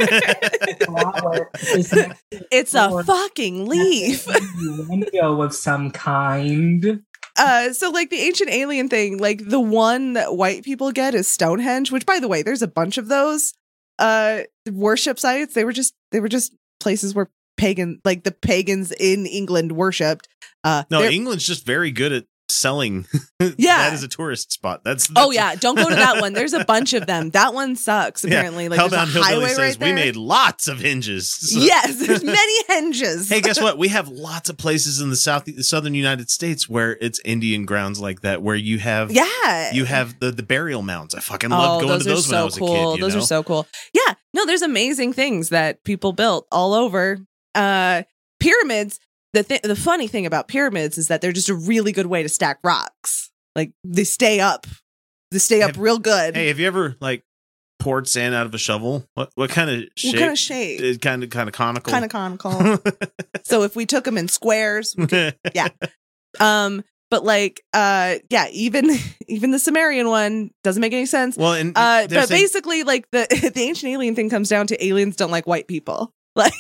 Speaker 4: It's a flower. It's next to
Speaker 1: It's a fucking leaf.
Speaker 4: a window of some kind.
Speaker 1: Uh, so like the ancient alien thing, like the one that white people get is Stonehenge, which by the way, there's a bunch of those uh worship sites. They were just they were just places where pagan like the pagans in England worshipped. Uh
Speaker 2: No,
Speaker 1: they're-
Speaker 2: England's just very good at selling. that is a tourist spot. That's,
Speaker 1: Oh
Speaker 2: that's-
Speaker 1: yeah, don't go to that one. There's a bunch of them. That one sucks
Speaker 2: Yeah.
Speaker 1: apparently. Like
Speaker 2: Hellbound
Speaker 1: there's a
Speaker 2: Hillbilly
Speaker 1: highway
Speaker 2: says
Speaker 1: right
Speaker 2: we
Speaker 1: there.
Speaker 2: made lots of hinges. So-
Speaker 1: yes, there's many hinges.
Speaker 2: Hey, guess what? We have lots of places in the south, southern United States where it's Indian grounds like that, where you have
Speaker 1: yeah.
Speaker 2: you have the, the burial mounds. I fucking loved going to those when I was
Speaker 1: cool.
Speaker 2: a kid. You
Speaker 1: Oh, those
Speaker 2: know?
Speaker 1: are so cool. Yeah. No, there's amazing things that people built all over. Uh pyramids, the th- the funny thing about pyramids is that they're just a really good way to stack rocks. Like they stay up. They stay up
Speaker 2: Have-
Speaker 1: real good.
Speaker 2: Hey, have you ever like poured sand out of a shovel? What what kind of
Speaker 1: what
Speaker 2: shape?
Speaker 1: kind of shape?
Speaker 2: It kind of kind of comical.
Speaker 1: Kind of conical. so if we took them in squares, um but like uh yeah, even even the Sumerian one doesn't make any sense.
Speaker 2: well, and
Speaker 1: Uh,
Speaker 2: they're
Speaker 1: but
Speaker 2: saying-
Speaker 1: basically, like the the ancient alien thing comes down to aliens don't like white people. Like,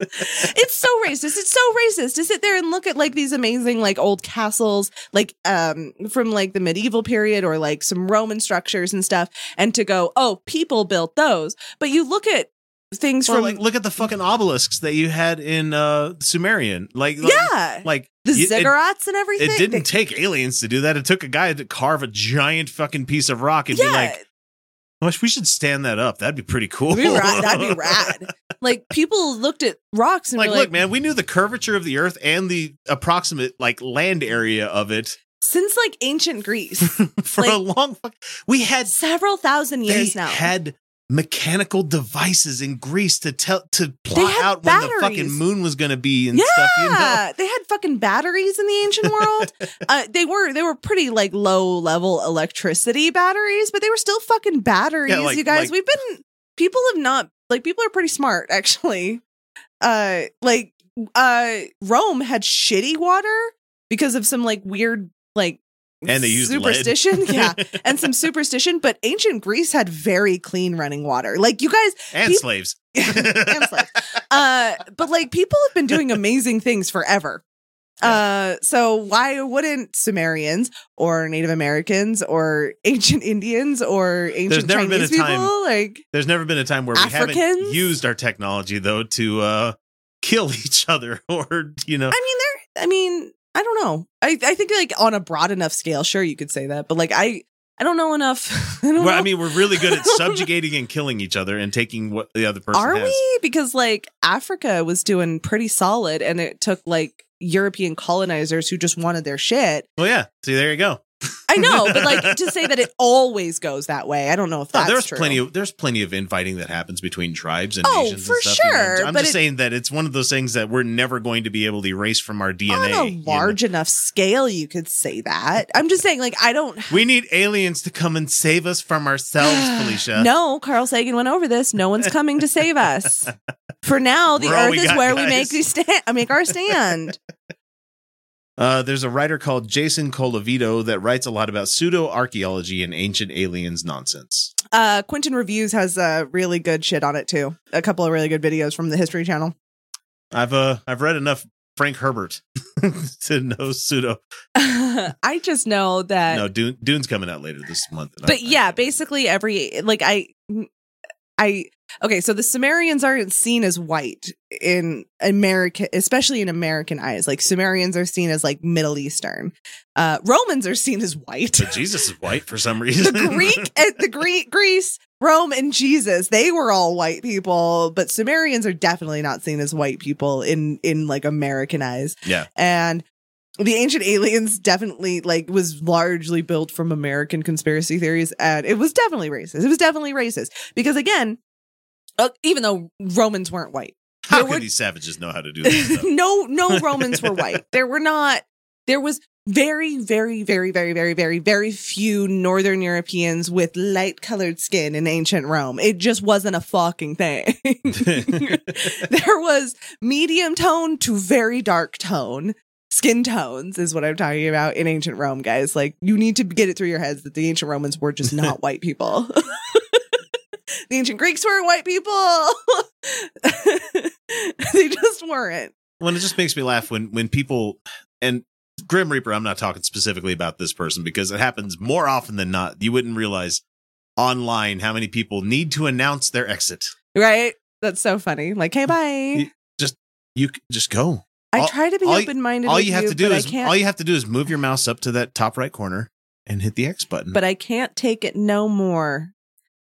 Speaker 1: it's so racist. It's so racist to sit there and look at like these amazing like old castles, like um from like the medieval period or like some Roman structures and stuff, and to go, oh, people built those. But you look at things
Speaker 2: well,
Speaker 1: from
Speaker 2: like look at the fucking obelisks that you had in uh Sumerian. Like like,
Speaker 1: yeah,
Speaker 2: like
Speaker 1: the
Speaker 2: you- it-
Speaker 1: ziggurats and everything.
Speaker 2: It didn't take aliens to do that. It took a guy to carve a giant fucking piece of rock and
Speaker 1: yeah,
Speaker 2: be like, "Well, we should stand that up. That'd be pretty cool.
Speaker 1: That'd be rad- that'd be rad. Like people looked at rocks and
Speaker 2: Like,
Speaker 1: were
Speaker 2: look, man, we knew the curvature of the Earth and the approximate like land area of it
Speaker 1: since like ancient Greece.
Speaker 2: for a long. Fuck- we had
Speaker 1: several thousand
Speaker 2: they
Speaker 1: years now.
Speaker 2: had mechanical devices in Greece to tell to plot
Speaker 1: had
Speaker 2: out when the fucking
Speaker 1: batteries.
Speaker 2: moon was going to be and
Speaker 1: yeah,
Speaker 2: stuff. You know,
Speaker 1: they had fucking batteries in the ancient world. uh, they were they were pretty like low level electricity batteries, but they were still fucking batteries.
Speaker 2: Yeah, like-
Speaker 1: you guys,
Speaker 2: like-
Speaker 1: we've been people have not like people are pretty smart actually. Uh, like uh, Rome had shitty water because of some like weird like
Speaker 2: And they used lead.
Speaker 1: superstition, yeah, and some superstition. But ancient Greece had very clean running water. Like you guys,
Speaker 2: and
Speaker 1: peop-
Speaker 2: slaves.
Speaker 1: and slaves. Uh, but like people have been doing amazing things forever. Uh, so why wouldn't Sumerians or Native Americans or ancient Indians or ancient
Speaker 2: never been a
Speaker 1: Chinese people
Speaker 2: time-
Speaker 1: like?
Speaker 2: There's never been a time where we haven't
Speaker 1: Africans?
Speaker 2: used our technology though to uh, kill each other or you know.
Speaker 1: I mean, they're. I mean, I don't know. I I think like on a broad enough scale, sure you could say that, but like I I don't know enough. I don't
Speaker 2: well,
Speaker 1: know.
Speaker 2: I mean, we're really good at subjugating and killing each other and taking what the other person
Speaker 1: are
Speaker 2: has.
Speaker 1: we? Because like Africa was doing pretty solid, and it took like European colonizers who just wanted their shit
Speaker 2: Well, Oh, yeah. See, there you go.
Speaker 1: I know, but like to say that it always goes that way, I don't know if
Speaker 2: Oh,
Speaker 1: that's
Speaker 2: there's
Speaker 1: true.
Speaker 2: plenty of there's plenty of inviting that happens between tribes and
Speaker 1: Oh,
Speaker 2: nations
Speaker 1: for
Speaker 2: and stuff. you know.
Speaker 1: sure,
Speaker 2: I'm
Speaker 1: but
Speaker 2: just
Speaker 1: it-
Speaker 2: saying that it's one of those things that we're never going to be able to erase from our DNA.
Speaker 1: on a
Speaker 2: you know.
Speaker 1: large enough scale, you could say that. I'm just saying, like, I don't.
Speaker 2: We need aliens to come and save us from ourselves, Felicia.
Speaker 1: No, Carl Sagan went over this. No one's coming to save us. For now, the
Speaker 2: We're all
Speaker 1: Earth
Speaker 2: we
Speaker 1: is
Speaker 2: got,
Speaker 1: where we
Speaker 2: guys.
Speaker 1: make we stand. Make our stand.
Speaker 2: Uh, there's a writer called Jason Colavito that writes a lot about pseudo archaeology and ancient aliens nonsense.
Speaker 1: Uh, Quentin reviews has uh, really good shit on it too. A couple of really good videos from the History Channel.
Speaker 2: I've uh I've read enough Frank Herbert to know pseudo.
Speaker 1: I just know that
Speaker 2: No, Dune, Dune's coming out later this month. and I-
Speaker 1: Uh, but yeah, basically every like I I okay, so the Sumerians aren't seen as white in America, especially in American eyes. Like Sumerians are seen as like Middle Eastern. Uh Romans are seen as white.
Speaker 2: But Jesus is white for some
Speaker 1: the
Speaker 2: reason.
Speaker 1: Greek uh, the Greek Greece, Rome and Jesus, they were all white people, but Sumerians are definitely not seen as white people in in like American eyes.
Speaker 2: Yeah.
Speaker 1: And the ancient aliens definitely like was largely built from American conspiracy theories and it was definitely racist. It was definitely racist because again, uh, even though Romans weren't white.
Speaker 2: How
Speaker 1: there
Speaker 2: could
Speaker 1: were-
Speaker 2: these savages know how to do this? Stuff?
Speaker 1: no no Romans were white. There were not there was very, very, very, very, very, very, very few Northern Europeans with light colored skin in ancient Rome. It just wasn't a fucking thing. there was medium tone to very dark tone. Skin tones is what I'm talking about in ancient Rome, guys. Like, you need to get it through your heads that the ancient Romans were just not white people. the ancient Greeks were white people. they just weren't.
Speaker 2: Well, it just makes me laugh when when people and Grim Reaper. I'm not talking specifically about this person because it happens more often than not. You wouldn't realize online how many people need to announce their exit.
Speaker 1: Right? That's so funny. Like, hey, bye.
Speaker 2: You c- just go.
Speaker 1: I
Speaker 2: all-
Speaker 1: try to be
Speaker 2: all you-
Speaker 1: open minded.
Speaker 2: all you have to do
Speaker 1: but
Speaker 2: is
Speaker 1: I can't,
Speaker 2: all you have to do is move your mouse up to that top right corner and hit the X button.
Speaker 1: but I can't take it no more.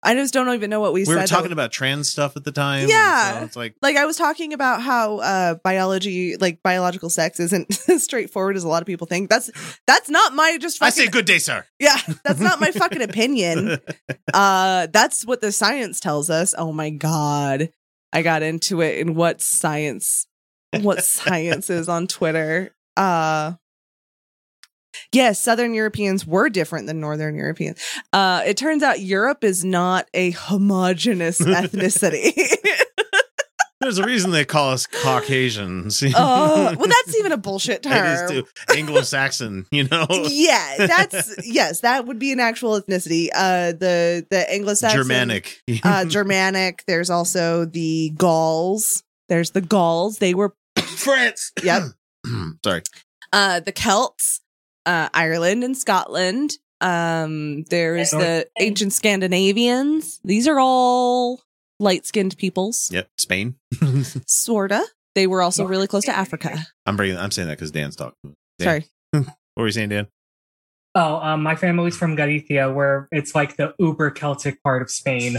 Speaker 1: I just don't even know what we,
Speaker 2: we
Speaker 1: said.
Speaker 2: were talking about trans stuff at the time.
Speaker 1: Yeah.
Speaker 2: so it's like
Speaker 1: like I was talking about how uh biology, like biological sex, isn't as straightforward as a lot of people think. That's that's not my just.
Speaker 2: I
Speaker 1: Fucking,
Speaker 2: say good day, sir.
Speaker 1: yeah, that's not my fucking opinion. Uh, that's what the science tells us. Oh my god, I got into it in what science, what science is on Twitter. Uh, yes, Southern Europeans were different than Northern Europeans. Uh, it turns out Europe is not a homogenous ethnicity.
Speaker 2: There's a reason they call us Caucasians.
Speaker 1: uh, well, that's even a bullshit term.
Speaker 2: It is too Anglo-Saxon, you know.
Speaker 1: Yeah, that's yes, that would be an actual ethnicity. Uh, the the Anglo-Saxon
Speaker 2: Germanic.
Speaker 1: uh, Germanic. There's also the Gauls. There's the Gauls. They were
Speaker 2: France.
Speaker 1: yep.
Speaker 2: Sorry.
Speaker 1: Uh, the Celts, uh, Ireland and Scotland. Um, there's the ancient Scandinavians. These are all light skinned peoples,
Speaker 2: Yep. Spain.
Speaker 1: sorta. They were also really close to Africa.
Speaker 2: I'm bringing. I'm saying that because Dan's talking. Dan,
Speaker 1: Sorry.
Speaker 2: What were you saying, Dan?
Speaker 4: Oh, um, my family's from Galicia, where it's like the uber Celtic part of Spain.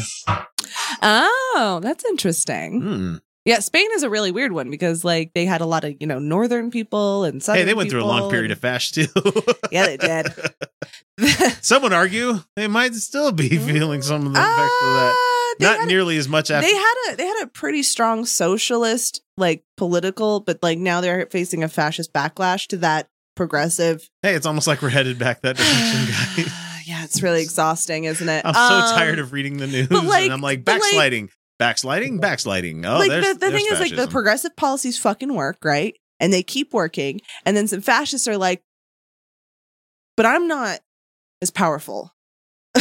Speaker 1: Oh, that's interesting.
Speaker 2: Hmm.
Speaker 1: Yeah, Spain is a really weird one because like they had a lot of you know northern people and southern.
Speaker 2: Hey, they went through a long
Speaker 1: people
Speaker 2: period of
Speaker 1: and-
Speaker 2: fashion
Speaker 1: yeah, they did.
Speaker 2: too. Some would argue they might still be feeling some of the effects of that.
Speaker 1: Ah, they
Speaker 2: Not
Speaker 1: had-
Speaker 2: nearly as much after.
Speaker 1: they had a they had a pretty strong socialist like political but like now they're facing a fascist backlash to that progressive
Speaker 2: hey, it's almost like we're headed back that direction, guys.
Speaker 1: yeah it's really exhausting isn't it
Speaker 2: I'm so
Speaker 1: Um,
Speaker 2: tired of reading the news,
Speaker 1: like-
Speaker 2: and I'm like
Speaker 1: but like-
Speaker 2: backsliding, backsliding, backsliding. Oh,
Speaker 1: like
Speaker 2: there's,
Speaker 1: the, the
Speaker 2: there's
Speaker 1: thing is like the
Speaker 2: fascism.
Speaker 1: progressive policies fucking work right and they keep working and then some fascists are like but i'm not as powerful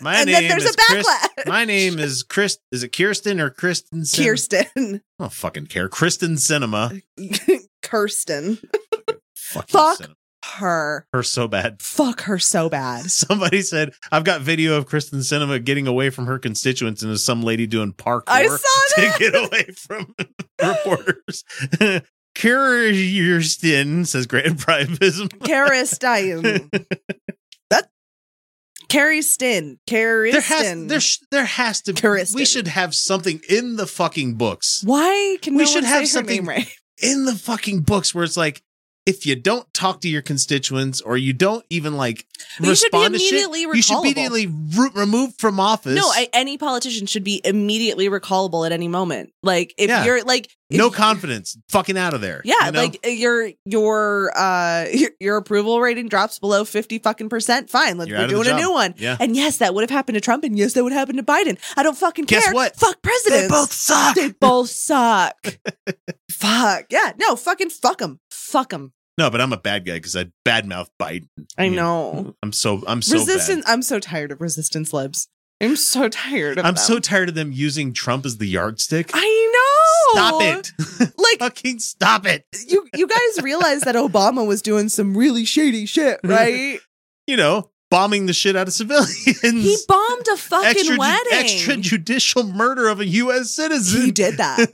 Speaker 2: My
Speaker 1: and
Speaker 2: name
Speaker 1: then there's
Speaker 2: is
Speaker 1: a backlash
Speaker 2: My name is Chris. Is it Kirsten or Kristen? Cin-
Speaker 1: kirsten
Speaker 2: I don't fucking care. Kristen Cinema.
Speaker 1: kirsten
Speaker 2: Fucking
Speaker 1: Fuck.
Speaker 2: Cinema.
Speaker 1: her
Speaker 2: her so bad.
Speaker 1: fuck her so bad
Speaker 2: Somebody said, "I've got video of Kristen Cinema getting away from her constituents, and there's some lady doing parkour
Speaker 1: I saw
Speaker 2: to
Speaker 1: that.
Speaker 2: get away from reporters." Kirsten says, "Grand privism."
Speaker 1: Kirsten. that Kirsten. Kirsten.
Speaker 2: There has there sh- there has to
Speaker 1: Kirsten.
Speaker 2: we should have something in the fucking books
Speaker 1: Why can
Speaker 2: We
Speaker 1: no
Speaker 2: should
Speaker 1: one
Speaker 2: have
Speaker 1: say her name
Speaker 2: something-
Speaker 1: right?
Speaker 2: in the fucking books where it's like if you don't talk to your constituents or you don't even like
Speaker 1: You should be
Speaker 2: respond to shit,
Speaker 1: immediately
Speaker 2: you should
Speaker 1: recallable.
Speaker 2: be immediately re- removed from office.
Speaker 1: No, I, any politician should be immediately recallable at any moment. Like if
Speaker 2: Yeah.
Speaker 1: you're like if
Speaker 2: no
Speaker 1: you-
Speaker 2: confidence, fucking out of there.
Speaker 1: Yeah,
Speaker 2: you know?
Speaker 1: like uh, your your uh your, your approval rating drops below fifty fucking percent. Fine, let's
Speaker 2: You're
Speaker 1: we're
Speaker 2: out of the
Speaker 1: doing a
Speaker 2: job.
Speaker 1: new one.
Speaker 2: Yeah.
Speaker 1: And yes, that would have happened to Trump, and yes, that would happen to Biden. I don't fucking
Speaker 2: Guess
Speaker 1: care.
Speaker 2: what?
Speaker 1: Fuck presidents.
Speaker 2: they both suck.
Speaker 1: They both suck. fuck. Yeah. No, fucking fuck them. Fuck them.
Speaker 2: no, but I'm a bad guy because I badmouth Biden.
Speaker 1: I
Speaker 2: Yeah.
Speaker 1: know.
Speaker 2: I'm so I'm so
Speaker 1: resistance. I'm so tired of resistance libs. I'm so tired of
Speaker 2: bad. I'm
Speaker 1: them.
Speaker 2: so tired of them using Trump as the yardstick.
Speaker 1: I know.
Speaker 2: Stop it!
Speaker 1: Like
Speaker 2: fucking stop it!
Speaker 1: you you guys realize that Obama was doing some really shady shit, right?
Speaker 2: You know, bombing the shit out of civilians.
Speaker 3: He bombed a fucking
Speaker 2: Extraju-
Speaker 3: wedding.
Speaker 2: extrajudicial murder of a U.S. citizen.
Speaker 1: he did that.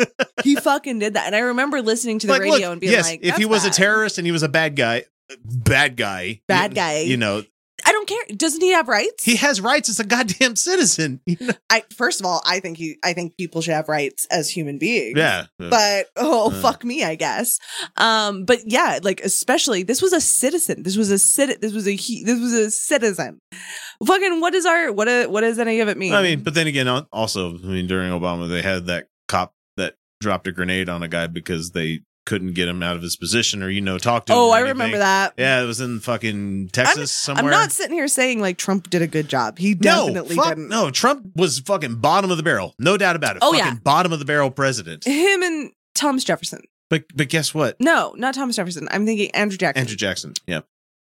Speaker 1: He fucking did that. And I remember listening to the
Speaker 2: Like,
Speaker 1: radio
Speaker 2: look,
Speaker 1: and being
Speaker 2: yes,
Speaker 1: like,
Speaker 2: if he
Speaker 1: "That's
Speaker 2: was a
Speaker 1: bad."
Speaker 2: terrorist and he was a bad guy, bad guy,
Speaker 1: Bad
Speaker 2: you-
Speaker 1: guy.
Speaker 2: You know,
Speaker 1: I don't care. Doesn't he have rights?
Speaker 2: he has rights as a goddamn citizen. You know?
Speaker 1: I first of all, I think he I think people should have rights as human beings.
Speaker 2: Yeah,
Speaker 1: but oh
Speaker 2: Uh.
Speaker 1: fuck me i guess um but yeah like especially this was a citizen this was a cit this was a he- this was a citizen fucking what is our what a, what does any of it mean
Speaker 2: I mean, but then again, al- also, I mean, during Obama, they had that cop that dropped a grenade on a guy because they couldn't get him out of his position, or you know, talk to.
Speaker 1: oh
Speaker 2: him or
Speaker 1: i
Speaker 2: anything.
Speaker 1: remember that
Speaker 2: Yeah, it was in fucking Texas
Speaker 1: i'm
Speaker 2: somewhere.
Speaker 1: not sitting here saying like trump did a good job he
Speaker 2: No,
Speaker 1: definitely
Speaker 2: fuck
Speaker 1: didn't
Speaker 2: No, Trump was fucking bottom of the barrel, no doubt about it.
Speaker 1: Oh,
Speaker 2: fucking
Speaker 1: yeah.
Speaker 2: bottom of the barrel president.
Speaker 1: him and thomas jefferson
Speaker 2: But but guess what?
Speaker 1: no not thomas jefferson i'm thinking andrew jackson
Speaker 2: Andrew Jackson. Yeah,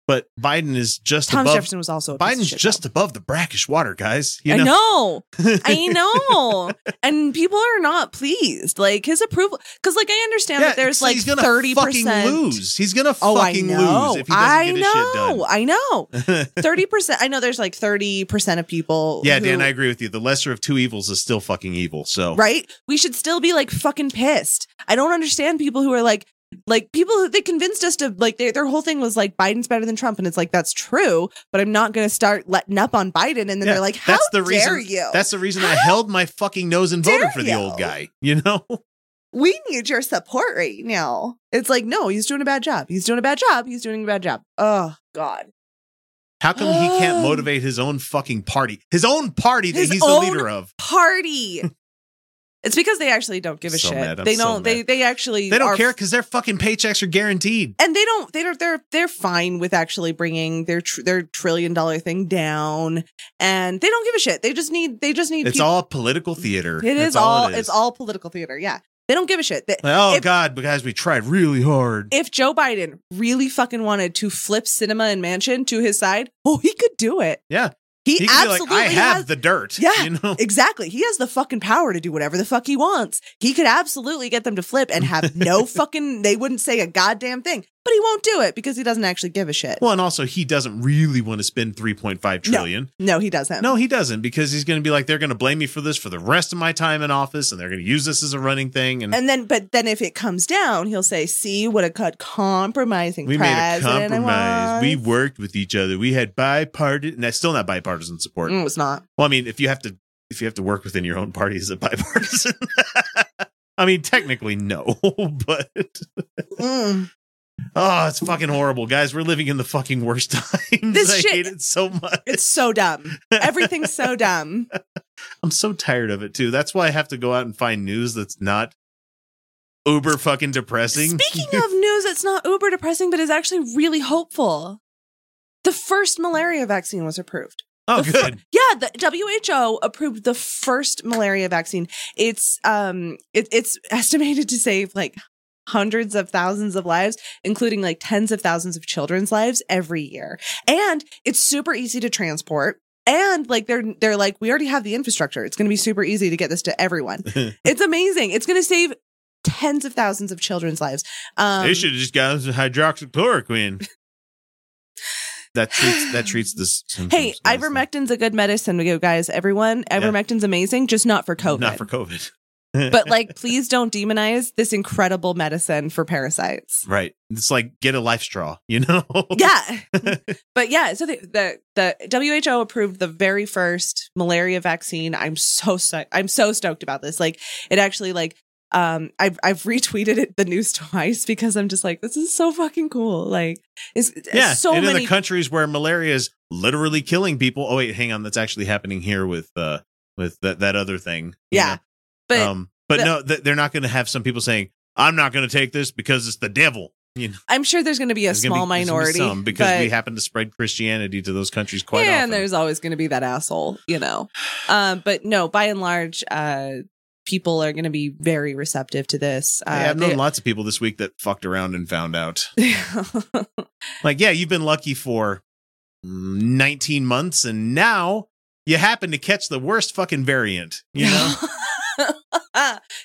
Speaker 2: but Biden is just
Speaker 1: thomas
Speaker 2: above.
Speaker 1: jefferson was also a piece of
Speaker 2: Biden's
Speaker 1: shit,
Speaker 2: just
Speaker 1: though.
Speaker 2: above the brackish water, guys. You
Speaker 3: I
Speaker 2: know.
Speaker 3: know.
Speaker 1: I know. and people are not pleased. Like his approval cuz like I understand that there's
Speaker 2: so
Speaker 1: like
Speaker 2: he's gonna
Speaker 1: 30%
Speaker 2: fucking lose. He's gonna
Speaker 1: Oh, I
Speaker 2: fucking
Speaker 1: know.
Speaker 2: lose if he doesn't
Speaker 1: I
Speaker 2: get his
Speaker 1: know. I know.
Speaker 2: shit done.
Speaker 1: thirty percent. I know there's like thirty percent of people.
Speaker 2: Yeah,
Speaker 1: who-
Speaker 2: Dan, I agree with you. The lesser of two evils is still fucking evil. So
Speaker 1: right. We should still be like fucking pissed. I don't understand people who are like, like people who they convinced us to like their their whole thing was like Biden's better than Trump, and it's like that's true, but I'm not going to start letting up on Biden. And then
Speaker 2: Yeah,
Speaker 1: they're like, how
Speaker 2: that's the
Speaker 1: dare
Speaker 2: reason-
Speaker 1: you?
Speaker 2: that's the reason I held my fucking nose and voted
Speaker 1: Dare
Speaker 2: for the
Speaker 1: you.
Speaker 2: old guy. You know,
Speaker 1: we need your support right now. It's like no, he's doing a bad job. He's doing a bad job. He's doing a bad job. Oh God,
Speaker 2: how come he can't motivate his own fucking party, his own party that
Speaker 1: Um, His
Speaker 2: he's the
Speaker 1: own
Speaker 2: leader of?
Speaker 1: party. It's because they actually don't give a
Speaker 2: So
Speaker 1: shit.
Speaker 2: mad. I'm
Speaker 1: they
Speaker 2: so
Speaker 1: don't. They
Speaker 2: mad.
Speaker 1: they actually
Speaker 2: They don't
Speaker 1: are
Speaker 2: care because their fucking paychecks are guaranteed.
Speaker 1: and they don't they don't they're they're fine with actually bringing their tr- their trillion dollar thing down and they don't give a shit they just need they just need
Speaker 2: It's
Speaker 1: peop-
Speaker 2: all political theater.
Speaker 1: it
Speaker 2: That's
Speaker 1: is all
Speaker 2: it is.
Speaker 1: it's all political theater yeah they don't give a shit They-
Speaker 2: Like, oh
Speaker 1: if-
Speaker 2: God, but guys, we tried really hard.
Speaker 1: if joe biden really fucking wanted to flip cinema and mansion to his side oh he could do it
Speaker 2: Yeah. He
Speaker 1: he,
Speaker 2: could be
Speaker 1: absolutely
Speaker 2: like, I have
Speaker 1: has
Speaker 2: the dirt.
Speaker 1: Yeah.
Speaker 2: you know.
Speaker 1: Exactly. He has the fucking power to do whatever the fuck he wants. He could absolutely get them to flip and have no fucking, they wouldn't say a goddamn thing, but he won't do it because he doesn't actually give a shit.
Speaker 2: Well, and also he doesn't really want to spend three point five trillion.
Speaker 1: no, he doesn't.
Speaker 2: No, he doesn't because he's going to be like, they're going to blame me for this for the rest of my time in office, and they're going to use this as a running thing. And,
Speaker 1: And then, but then if it comes down, he'll say, "See what a cut compromising
Speaker 2: we made a
Speaker 1: president I
Speaker 2: compromise. We
Speaker 1: was."
Speaker 2: worked with each other. We had bipartisan. That's still not bipartisan support.
Speaker 1: Mm, it's not.
Speaker 2: Well, I mean, if you have to, if you have to work within your own party, is it bipartisan? I mean, technically no, but
Speaker 1: Mm.
Speaker 2: Oh, it's fucking horrible, guys. We're living in the fucking worst times.
Speaker 1: This
Speaker 2: I
Speaker 1: shit-
Speaker 2: hate it so much.
Speaker 1: It's so dumb. Everything's so dumb.
Speaker 2: I'm so tired of it too. That's why I have to go out and find news that's not uber fucking depressing.
Speaker 1: Speaking of news, it's not uber depressing, but is actually really hopeful. The first malaria vaccine was approved.
Speaker 2: oh,
Speaker 1: the fir-
Speaker 2: good.
Speaker 1: Yeah, the WHO approved the first malaria vaccine. It's um, it, it's estimated to save like hundreds of thousands of lives, including like tens of thousands of children's lives every year. And it's super easy to transport. And like they're they're like we already have the infrastructure. It's going to be super easy to get this to everyone. it's amazing. It's going to save tens of thousands of children's lives. Um,
Speaker 2: they should have just gotten some hydroxychloroquine. that treats that treats this.
Speaker 1: Hey,
Speaker 2: symptoms nicely.
Speaker 1: ivermectin's a good medicine, we go, guys. Everyone,
Speaker 2: Yeah.
Speaker 1: ivermectin's amazing, just not for COVID.
Speaker 2: Not for COVID.
Speaker 1: but like, please don't demonize this incredible medicine for parasites.
Speaker 2: Right. It's like get a life straw, you know?
Speaker 1: Yeah, but yeah. So the, the the WHO approved the very first malaria vaccine. I'm so stu- I'm so stoked about this. Like, it actually like um I've I've retweeted it the news twice because I'm just like this is so fucking cool. Like, it's, it's
Speaker 2: yeah.
Speaker 1: so
Speaker 2: and in the
Speaker 1: many
Speaker 2: countries where malaria is literally killing people. Oh wait, hang on, that's actually happening here with uh with that that other thing. you
Speaker 1: Yeah,
Speaker 2: know?
Speaker 1: but
Speaker 2: um, but
Speaker 1: the-
Speaker 2: no, th- they're not going to have some people saying, "I'm not going to take this because it's the devil." You know,
Speaker 1: I'm sure there's going to be a
Speaker 2: There's gonna
Speaker 1: small
Speaker 2: be- there's gonna be
Speaker 1: minority
Speaker 2: some because
Speaker 1: but-
Speaker 2: we happen to spread Christianity to those countries quite
Speaker 1: yeah,
Speaker 2: often.
Speaker 1: and there's always going to be that asshole, you know. Um, but no, by and large, uh, people are going to be very receptive to this. Uh,
Speaker 2: Hey, I've known
Speaker 1: they-
Speaker 2: lots of people this week that fucked around and found out. Like, yeah, you've been lucky for mm, 19 months, and now you happen to catch the worst fucking variant. You know,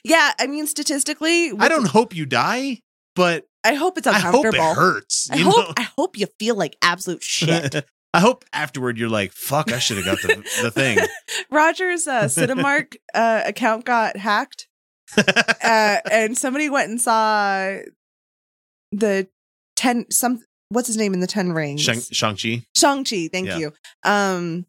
Speaker 1: yeah, I mean, statistically,
Speaker 2: I don't hope you die, but
Speaker 1: I hope it's
Speaker 2: I hope it
Speaker 1: uncomfortable.
Speaker 2: hurts.
Speaker 1: I
Speaker 2: you
Speaker 1: hope
Speaker 2: know?
Speaker 1: I hope you feel like absolute shit.
Speaker 2: I hope afterward you're like, fuck, I should have got the, the thing.
Speaker 1: Roger's uh, Cinemark uh, account got hacked, uh, and somebody went and saw the ten some what's his name in the Ten Rings
Speaker 2: Shang- Shang-Chi.
Speaker 1: Shang-Chi, thank
Speaker 2: Yeah.
Speaker 1: you. Um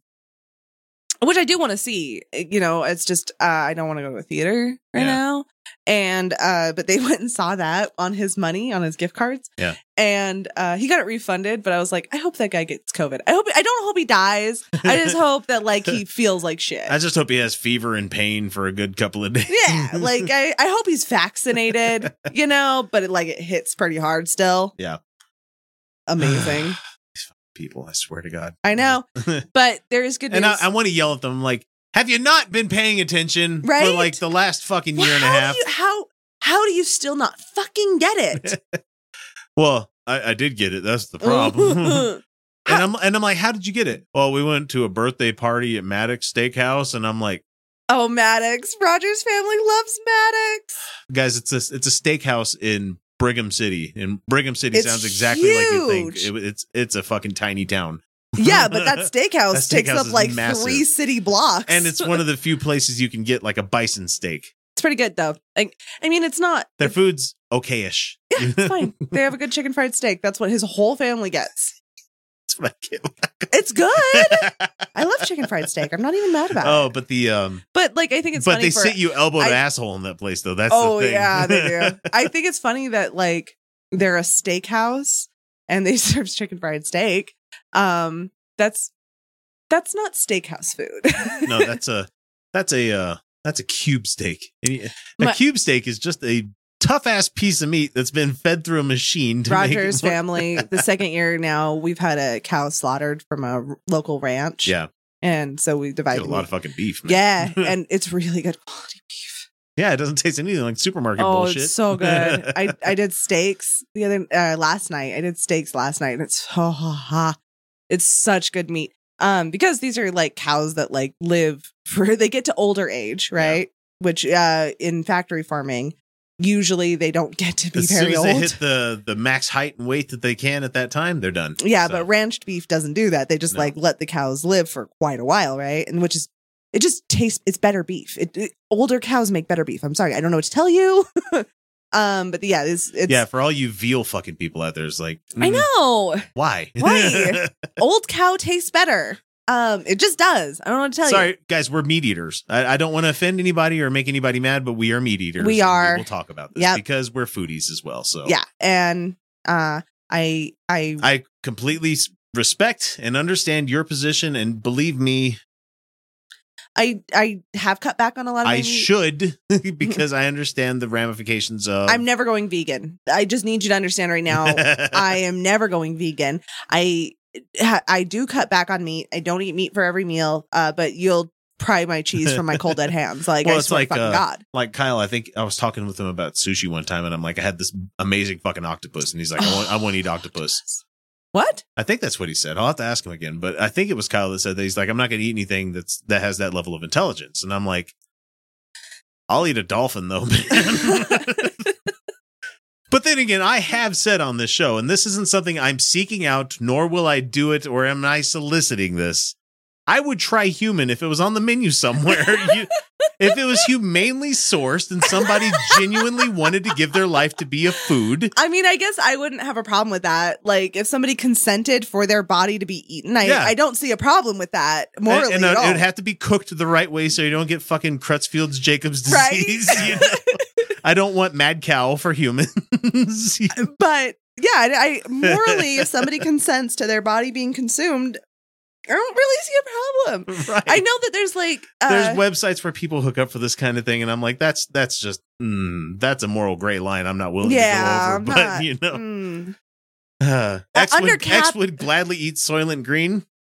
Speaker 1: which I do want to see. eh, You know, it's just uh, I don't want to go to a theater right
Speaker 2: Yeah.
Speaker 1: now. And uh but they went and saw that on his money, on his gift cards.
Speaker 2: Yeah.
Speaker 1: And uh he got it refunded, but I was like, I hope that guy gets COVID. I hope I don't hope he dies. I just hope that like he feels like shit.
Speaker 2: I just hope he has fever and pain for a good couple of days.
Speaker 1: yeah, like I, I hope he's vaccinated, you know, but it, like it hits pretty hard still.
Speaker 2: Yeah.
Speaker 1: Amazing.
Speaker 2: people, I swear to God.
Speaker 1: I know, but there is good news.
Speaker 2: And I, I want to yell at them like, have you not been paying attention for
Speaker 1: Right?
Speaker 2: like the last fucking
Speaker 1: Well,
Speaker 2: year and a
Speaker 1: how do
Speaker 2: half?
Speaker 1: you- how how do you still not fucking get it?
Speaker 2: Well, I, I did get it. That's the problem. and I'm and I'm like, how did you get it? Well, we went to a birthday party at Maddox Steakhouse, and I'm like,
Speaker 1: oh, Maddox. Roger's family loves Maddox.
Speaker 2: guys, it's a it's a steakhouse in Brigham City, and Brigham City
Speaker 1: It's
Speaker 2: sounds exactly like you think.
Speaker 1: huge.
Speaker 2: It- it's it's a fucking tiny town.
Speaker 1: Yeah, but that steakhouse
Speaker 2: That
Speaker 1: takes
Speaker 2: steakhouse
Speaker 1: up
Speaker 2: is
Speaker 1: like
Speaker 2: massive.
Speaker 1: three city blocks.
Speaker 2: and it's one of the few places you can get like a bison steak.
Speaker 1: it's pretty good though. I, I mean, it's not
Speaker 2: Their food's okayish. Yeah,
Speaker 1: it's fine. they have a good chicken fried steak. That's what his whole family gets.
Speaker 2: That's what I get.
Speaker 1: It's good. I love chicken fried steak. I'm not even mad about it.
Speaker 2: oh, but the um,
Speaker 1: But like, I think it's
Speaker 2: but
Speaker 1: funny
Speaker 2: they
Speaker 1: for,
Speaker 2: sit you elbow to
Speaker 1: I-
Speaker 2: asshole in that place though. That's
Speaker 1: oh
Speaker 2: the thing.
Speaker 1: yeah, they do. I think it's funny that like they're a steakhouse and they serve chicken fried steak. Um, that's that's not steakhouse food.
Speaker 2: no, that's a that's a uh, that's a cube steak. And you- A
Speaker 1: My-
Speaker 2: cube steak is just a tough ass piece of meat that's been fed through a machine. To make it
Speaker 1: Rogers
Speaker 2: more-
Speaker 1: family. The second year now, we've had a cow slaughtered from a r- local ranch.
Speaker 2: Yeah,
Speaker 1: and so we
Speaker 2: I
Speaker 1: divide
Speaker 2: get a lot of fucking beef. Man.
Speaker 1: yeah, and it's really good quality beef.
Speaker 2: yeah, it doesn't taste anything like supermarket
Speaker 1: Oh,
Speaker 2: bullshit.
Speaker 1: it's so good. I I did steaks the other uh, last night. I did steaks last night, and it's so it's such good meat. Um, because these are like cows that like live for they get to older age, right? Which uh, in factory farming, usually they don't get to be
Speaker 2: as soon
Speaker 1: very
Speaker 2: as
Speaker 1: old.
Speaker 2: they hit the the max height and weight that they can at that time, they're done.
Speaker 1: Yeah,
Speaker 2: So,
Speaker 1: but ranched beef doesn't do that. They just
Speaker 2: No.
Speaker 1: like let the cows live for quite a while, right? And which is it just tastes it's better beef. It, it- older cows make better beef. I'm sorry, I don't know what to tell you. um, but yeah, it's it's
Speaker 2: yeah, for all you veal fucking people out there, it's like
Speaker 3: I
Speaker 2: mm,
Speaker 3: know.
Speaker 2: why
Speaker 1: Why? old cow tastes better. Um, it just does. I don't know what to tell
Speaker 2: Sorry,
Speaker 1: you.
Speaker 2: guys, we're meat eaters. I, I don't want to offend anybody or make anybody mad, but we are meat eaters.
Speaker 1: We
Speaker 2: and
Speaker 1: are.
Speaker 2: We'll talk about this
Speaker 1: Yep.
Speaker 2: because we're foodies as well. So
Speaker 1: Yeah, and uh, I I
Speaker 2: I completely s- respect and understand your position, and believe me,
Speaker 1: I I have cut back on a lot of. my
Speaker 2: I
Speaker 1: meat.
Speaker 2: should because I understand the ramifications of.
Speaker 1: I'm never going vegan. I just need you to understand right now. I am never going vegan. I I do cut back on meat. I don't eat meat for every meal, uh, but you'll pry my cheese from my cold dead hands. Like
Speaker 2: Well,
Speaker 1: I
Speaker 2: it's
Speaker 1: swear
Speaker 2: like,
Speaker 1: to fucking
Speaker 2: uh,
Speaker 1: God.
Speaker 2: like Kyle. I think I was talking with him about sushi one time, and I'm like, I had this amazing fucking octopus, and he's like, I want, I want to eat octopus.
Speaker 1: What?
Speaker 2: I think that's what he said. I'll have to ask him again, but I think it was Kyle that said that he's like, I'm not going to eat anything that's that has that level of intelligence, and I'm like, I'll eat a dolphin though, man. But then again, I have said on this show, and this isn't something I'm seeking out, nor will I do it, or am I soliciting this. I would try human if it was on the menu somewhere. You- if it was humanely sourced and somebody genuinely wanted to give their life to be a food,
Speaker 1: I mean, I guess I wouldn't have a problem with that. Like if somebody consented for their body to be eaten, I
Speaker 2: Yeah.
Speaker 1: I don't see a problem with that morally
Speaker 2: and, and
Speaker 1: at
Speaker 2: it
Speaker 1: all.
Speaker 2: would have to be cooked the right way so you don't get fucking Creutzfeldt's Jacob's
Speaker 1: Right?
Speaker 2: disease. you know? I don't want mad cow for humans.
Speaker 1: but yeah, I, I morally, if somebody consents to their body being consumed, I don't really see a problem.
Speaker 2: right.
Speaker 1: I know that there's like uh,
Speaker 2: there's websites where people hook up for this kind of thing, and I'm like, that's that's just mm, that's a moral gray line. I'm not willing to
Speaker 1: Yeah, I'm
Speaker 2: go over, but
Speaker 1: not-
Speaker 2: you know,
Speaker 1: mm.
Speaker 2: uh, X,
Speaker 1: under
Speaker 2: would,
Speaker 1: cap-
Speaker 2: X would gladly eat Soylent Green.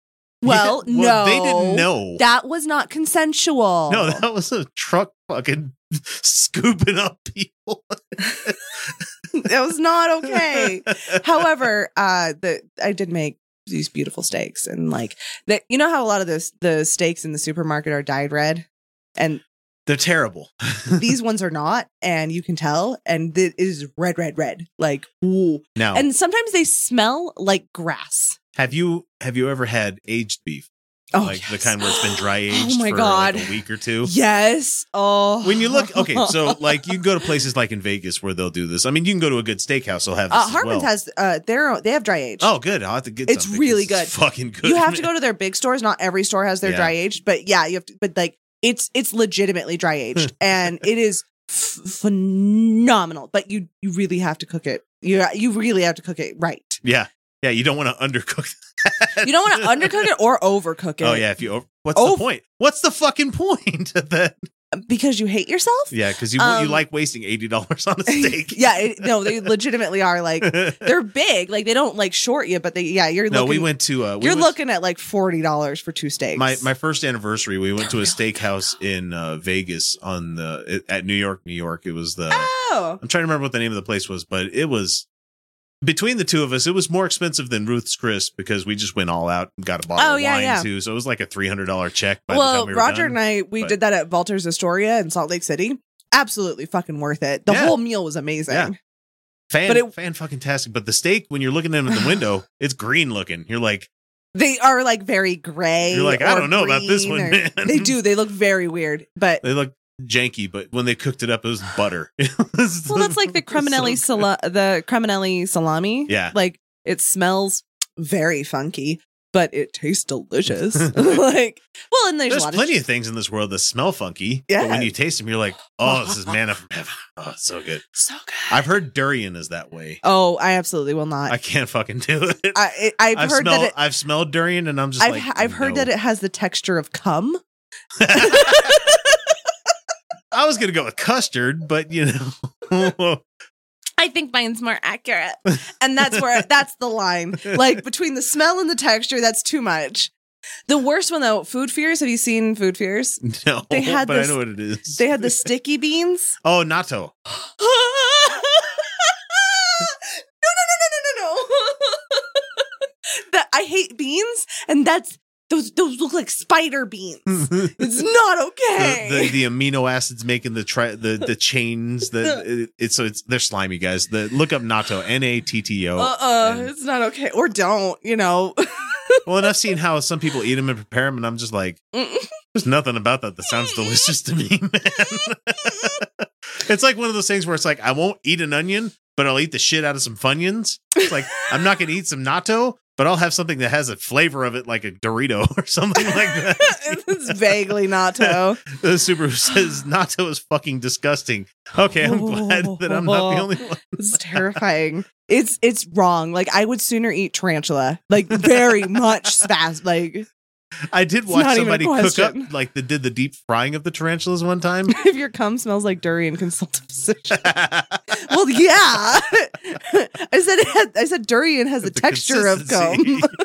Speaker 1: Well,
Speaker 2: Yeah,
Speaker 1: no,
Speaker 2: they didn't know.
Speaker 1: that was not consensual.
Speaker 2: no, that was a truck fucking scooping up people.
Speaker 1: that was not okay. However, uh, the I did make these beautiful steaks, and like that, you know how a lot of those the steaks in the supermarket are dyed red, and
Speaker 2: They're terrible.
Speaker 1: these ones are not, and you can tell, and it is red, red, red, like ooh.
Speaker 2: Now,
Speaker 1: And sometimes they smell like grass.
Speaker 2: have you have you ever had aged beef?
Speaker 1: Oh,
Speaker 2: like the
Speaker 1: yes.
Speaker 2: kind where it's been dry aged
Speaker 1: Oh my
Speaker 2: for
Speaker 1: god.
Speaker 2: Like a week or two.
Speaker 1: Yes. Oh.
Speaker 2: When you look, okay, so like you can go to places like in Vegas where they'll do this. I mean, you can go to a good steakhouse; they'll have this.
Speaker 1: uh,
Speaker 2: as
Speaker 1: Harmon's
Speaker 2: well.
Speaker 1: has uh, their own, they have dry aged.
Speaker 2: Oh, good. I'll have to get.
Speaker 1: It's
Speaker 2: some
Speaker 1: really
Speaker 2: because it's
Speaker 1: good.
Speaker 2: Fucking good.
Speaker 1: you have to
Speaker 2: man.
Speaker 1: go to their big stores. Not every store has their
Speaker 2: Yeah.
Speaker 1: dry aged, but yeah, you have to. But like, it's it's legitimately
Speaker 2: Hmm.
Speaker 1: dry aged, and it is f- phenomenal. But you you really have to cook it. You you really have to cook it right.
Speaker 2: Yeah, yeah. You don't want to undercook. That.
Speaker 1: You don't want to undercook it or overcook it.
Speaker 2: Oh yeah. If you over- what's
Speaker 1: Oh.
Speaker 2: the point? What's the fucking point of that?
Speaker 1: because you hate yourself.
Speaker 2: Yeah, because you
Speaker 1: Um,
Speaker 2: you like wasting eighty dollars on a steak.
Speaker 1: yeah, it, no, they legitimately are like they're big. Like they don't like short you, but they yeah, you're
Speaker 2: no,
Speaker 1: looking,
Speaker 2: we went to. Uh, we
Speaker 1: you're
Speaker 2: went
Speaker 1: looking at like forty dollars for two steaks.
Speaker 2: My my first anniversary, we went to a
Speaker 1: Oh,
Speaker 2: steakhouse in uh, Vegas on the at New York, New York. It was the
Speaker 1: oh
Speaker 2: I'm trying to remember what the name of the place was, but it was between the two of us, it was more expensive than Ruth's Crisp because we just went all out and got a bottle
Speaker 1: Oh,
Speaker 2: of
Speaker 1: yeah,
Speaker 2: wine
Speaker 1: yeah.
Speaker 2: too. So it was like a three hundred dollar check. By the
Speaker 1: well,
Speaker 2: time we were
Speaker 1: Roger
Speaker 2: done.
Speaker 1: and I we
Speaker 2: but-
Speaker 1: did that at Walter's Astoria in Salt Lake City. Absolutely fucking worth it. The
Speaker 2: Yeah.
Speaker 1: whole meal was amazing.
Speaker 2: Yeah. fan,
Speaker 1: but it-
Speaker 2: fan fucking tastic. But the steak, when you're looking at them in the window, it's green looking. You're like,
Speaker 1: They are like very gray.
Speaker 2: you're like, I
Speaker 1: or
Speaker 2: don't know about this
Speaker 1: green
Speaker 2: one,
Speaker 1: or-
Speaker 2: man.
Speaker 1: They do. They look very weird. But
Speaker 2: They look janky, but when they cooked it up, it was butter. well,
Speaker 1: well, that's like the Cremonelli sala- the Cremonelli salami.
Speaker 2: Yeah.
Speaker 1: like it smells very funky, but it tastes delicious. like, well, and there's,
Speaker 2: There's
Speaker 1: a lot
Speaker 2: plenty
Speaker 1: of.
Speaker 2: of things in this world that smell funky. But
Speaker 1: Yeah.
Speaker 2: when you taste them, you're like, oh, this is manna from heaven. Oh, it's so good.
Speaker 1: so good.
Speaker 2: I've heard durian is that way.
Speaker 1: oh, I absolutely will not.
Speaker 2: I
Speaker 1: I,
Speaker 2: can't fucking do it.
Speaker 1: I, I've, heard
Speaker 2: smelled,
Speaker 1: that it.
Speaker 2: I've smelled durian, and I'm just
Speaker 1: I've,
Speaker 2: like,
Speaker 1: I've heard that it has the texture of cum.
Speaker 2: I was gonna go with custard, but you know,
Speaker 3: I think mine's more accurate.
Speaker 1: and that's where that's the line like between the smell and the texture that's too much the worst one though food fears have you seen food fears
Speaker 2: no.
Speaker 1: They had
Speaker 2: but
Speaker 1: this-
Speaker 2: I know what it is.
Speaker 1: they had the sticky beans
Speaker 2: oh, natto.
Speaker 1: no no no no no no no that i hate beans and that's those those look like spider beans
Speaker 2: the,
Speaker 1: it's not okay
Speaker 2: the the amino acids making the tri- the the chains that it, it's so it's they're slimy guys. The look up natto n a t t o.
Speaker 1: uh-uh
Speaker 2: and-
Speaker 1: it's not okay or don't you know
Speaker 2: Well, and I've seen how some people eat them and prepare them, and I'm just like,
Speaker 1: Mm-mm.
Speaker 2: there's nothing about that that sounds delicious to me, man. it's like one of those things where it's like I won't eat an onion, but I'll eat the shit out of some funyuns. It's like I'm not gonna eat some natto, but I'll have something that has a flavor of it, like a Dorito or something like that.
Speaker 1: it's vaguely natto.
Speaker 2: the Subaru says natto is fucking disgusting. Okay, I'm glad that I'm not the only one.
Speaker 1: It's terrifying. It's it's wrong. Like I would sooner eat tarantula. Like very much spaz. Like
Speaker 2: I did
Speaker 1: It's
Speaker 2: watch
Speaker 1: not even a
Speaker 2: somebody cook up
Speaker 1: question.
Speaker 2: like they did the deep frying of the tarantulas one time.
Speaker 1: if your cum smells like durian, consult a physician. Well, yeah. I said it had, I said durian has the,
Speaker 2: The
Speaker 1: texture of cum.
Speaker 2: consistency.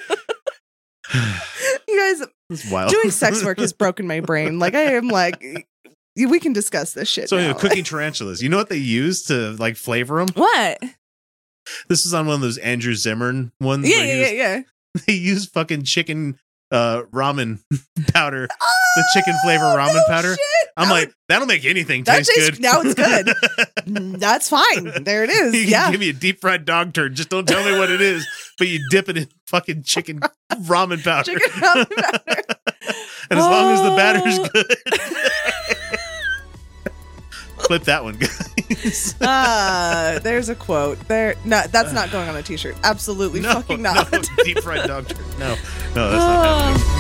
Speaker 1: You guys,
Speaker 2: It's wild.
Speaker 1: doing sex work has broken my brain. Like I am like, y- we can discuss this shit.
Speaker 2: So anyway,
Speaker 1: now.
Speaker 2: cooking tarantulas. You know what they use to like flavor them?
Speaker 1: what?
Speaker 2: Mm, This is on one of those Andrew Zimmern ones.
Speaker 1: Yeah,
Speaker 2: where he
Speaker 1: yeah, yeah,
Speaker 2: was-
Speaker 1: yeah.
Speaker 2: They use fucking chicken uh, ramen powder.
Speaker 1: Oh,
Speaker 2: chicken flavor ramen
Speaker 1: no
Speaker 2: powder?
Speaker 1: shit.
Speaker 2: I'm
Speaker 1: That
Speaker 2: like, that'll make anything
Speaker 1: That
Speaker 2: taste
Speaker 1: tastes-
Speaker 2: good.
Speaker 1: now it's good. would- that's fine. There it
Speaker 2: you
Speaker 1: is.
Speaker 2: can
Speaker 1: yeah.
Speaker 2: give me a deep fried dog turd. Just don't tell me what it is. But you dip it in fucking chicken ramen powder.
Speaker 1: Chicken ramen powder.
Speaker 2: and as long as the
Speaker 1: Oh.
Speaker 2: batter's good. Clip that one. guys.
Speaker 1: Ah, there's a quote. There, no, that's not going on a T-shirt. Absolutely
Speaker 2: no,
Speaker 1: fucking not.
Speaker 2: no, deep fried dog turd. No, no, that's not happening.
Speaker 1: Ah.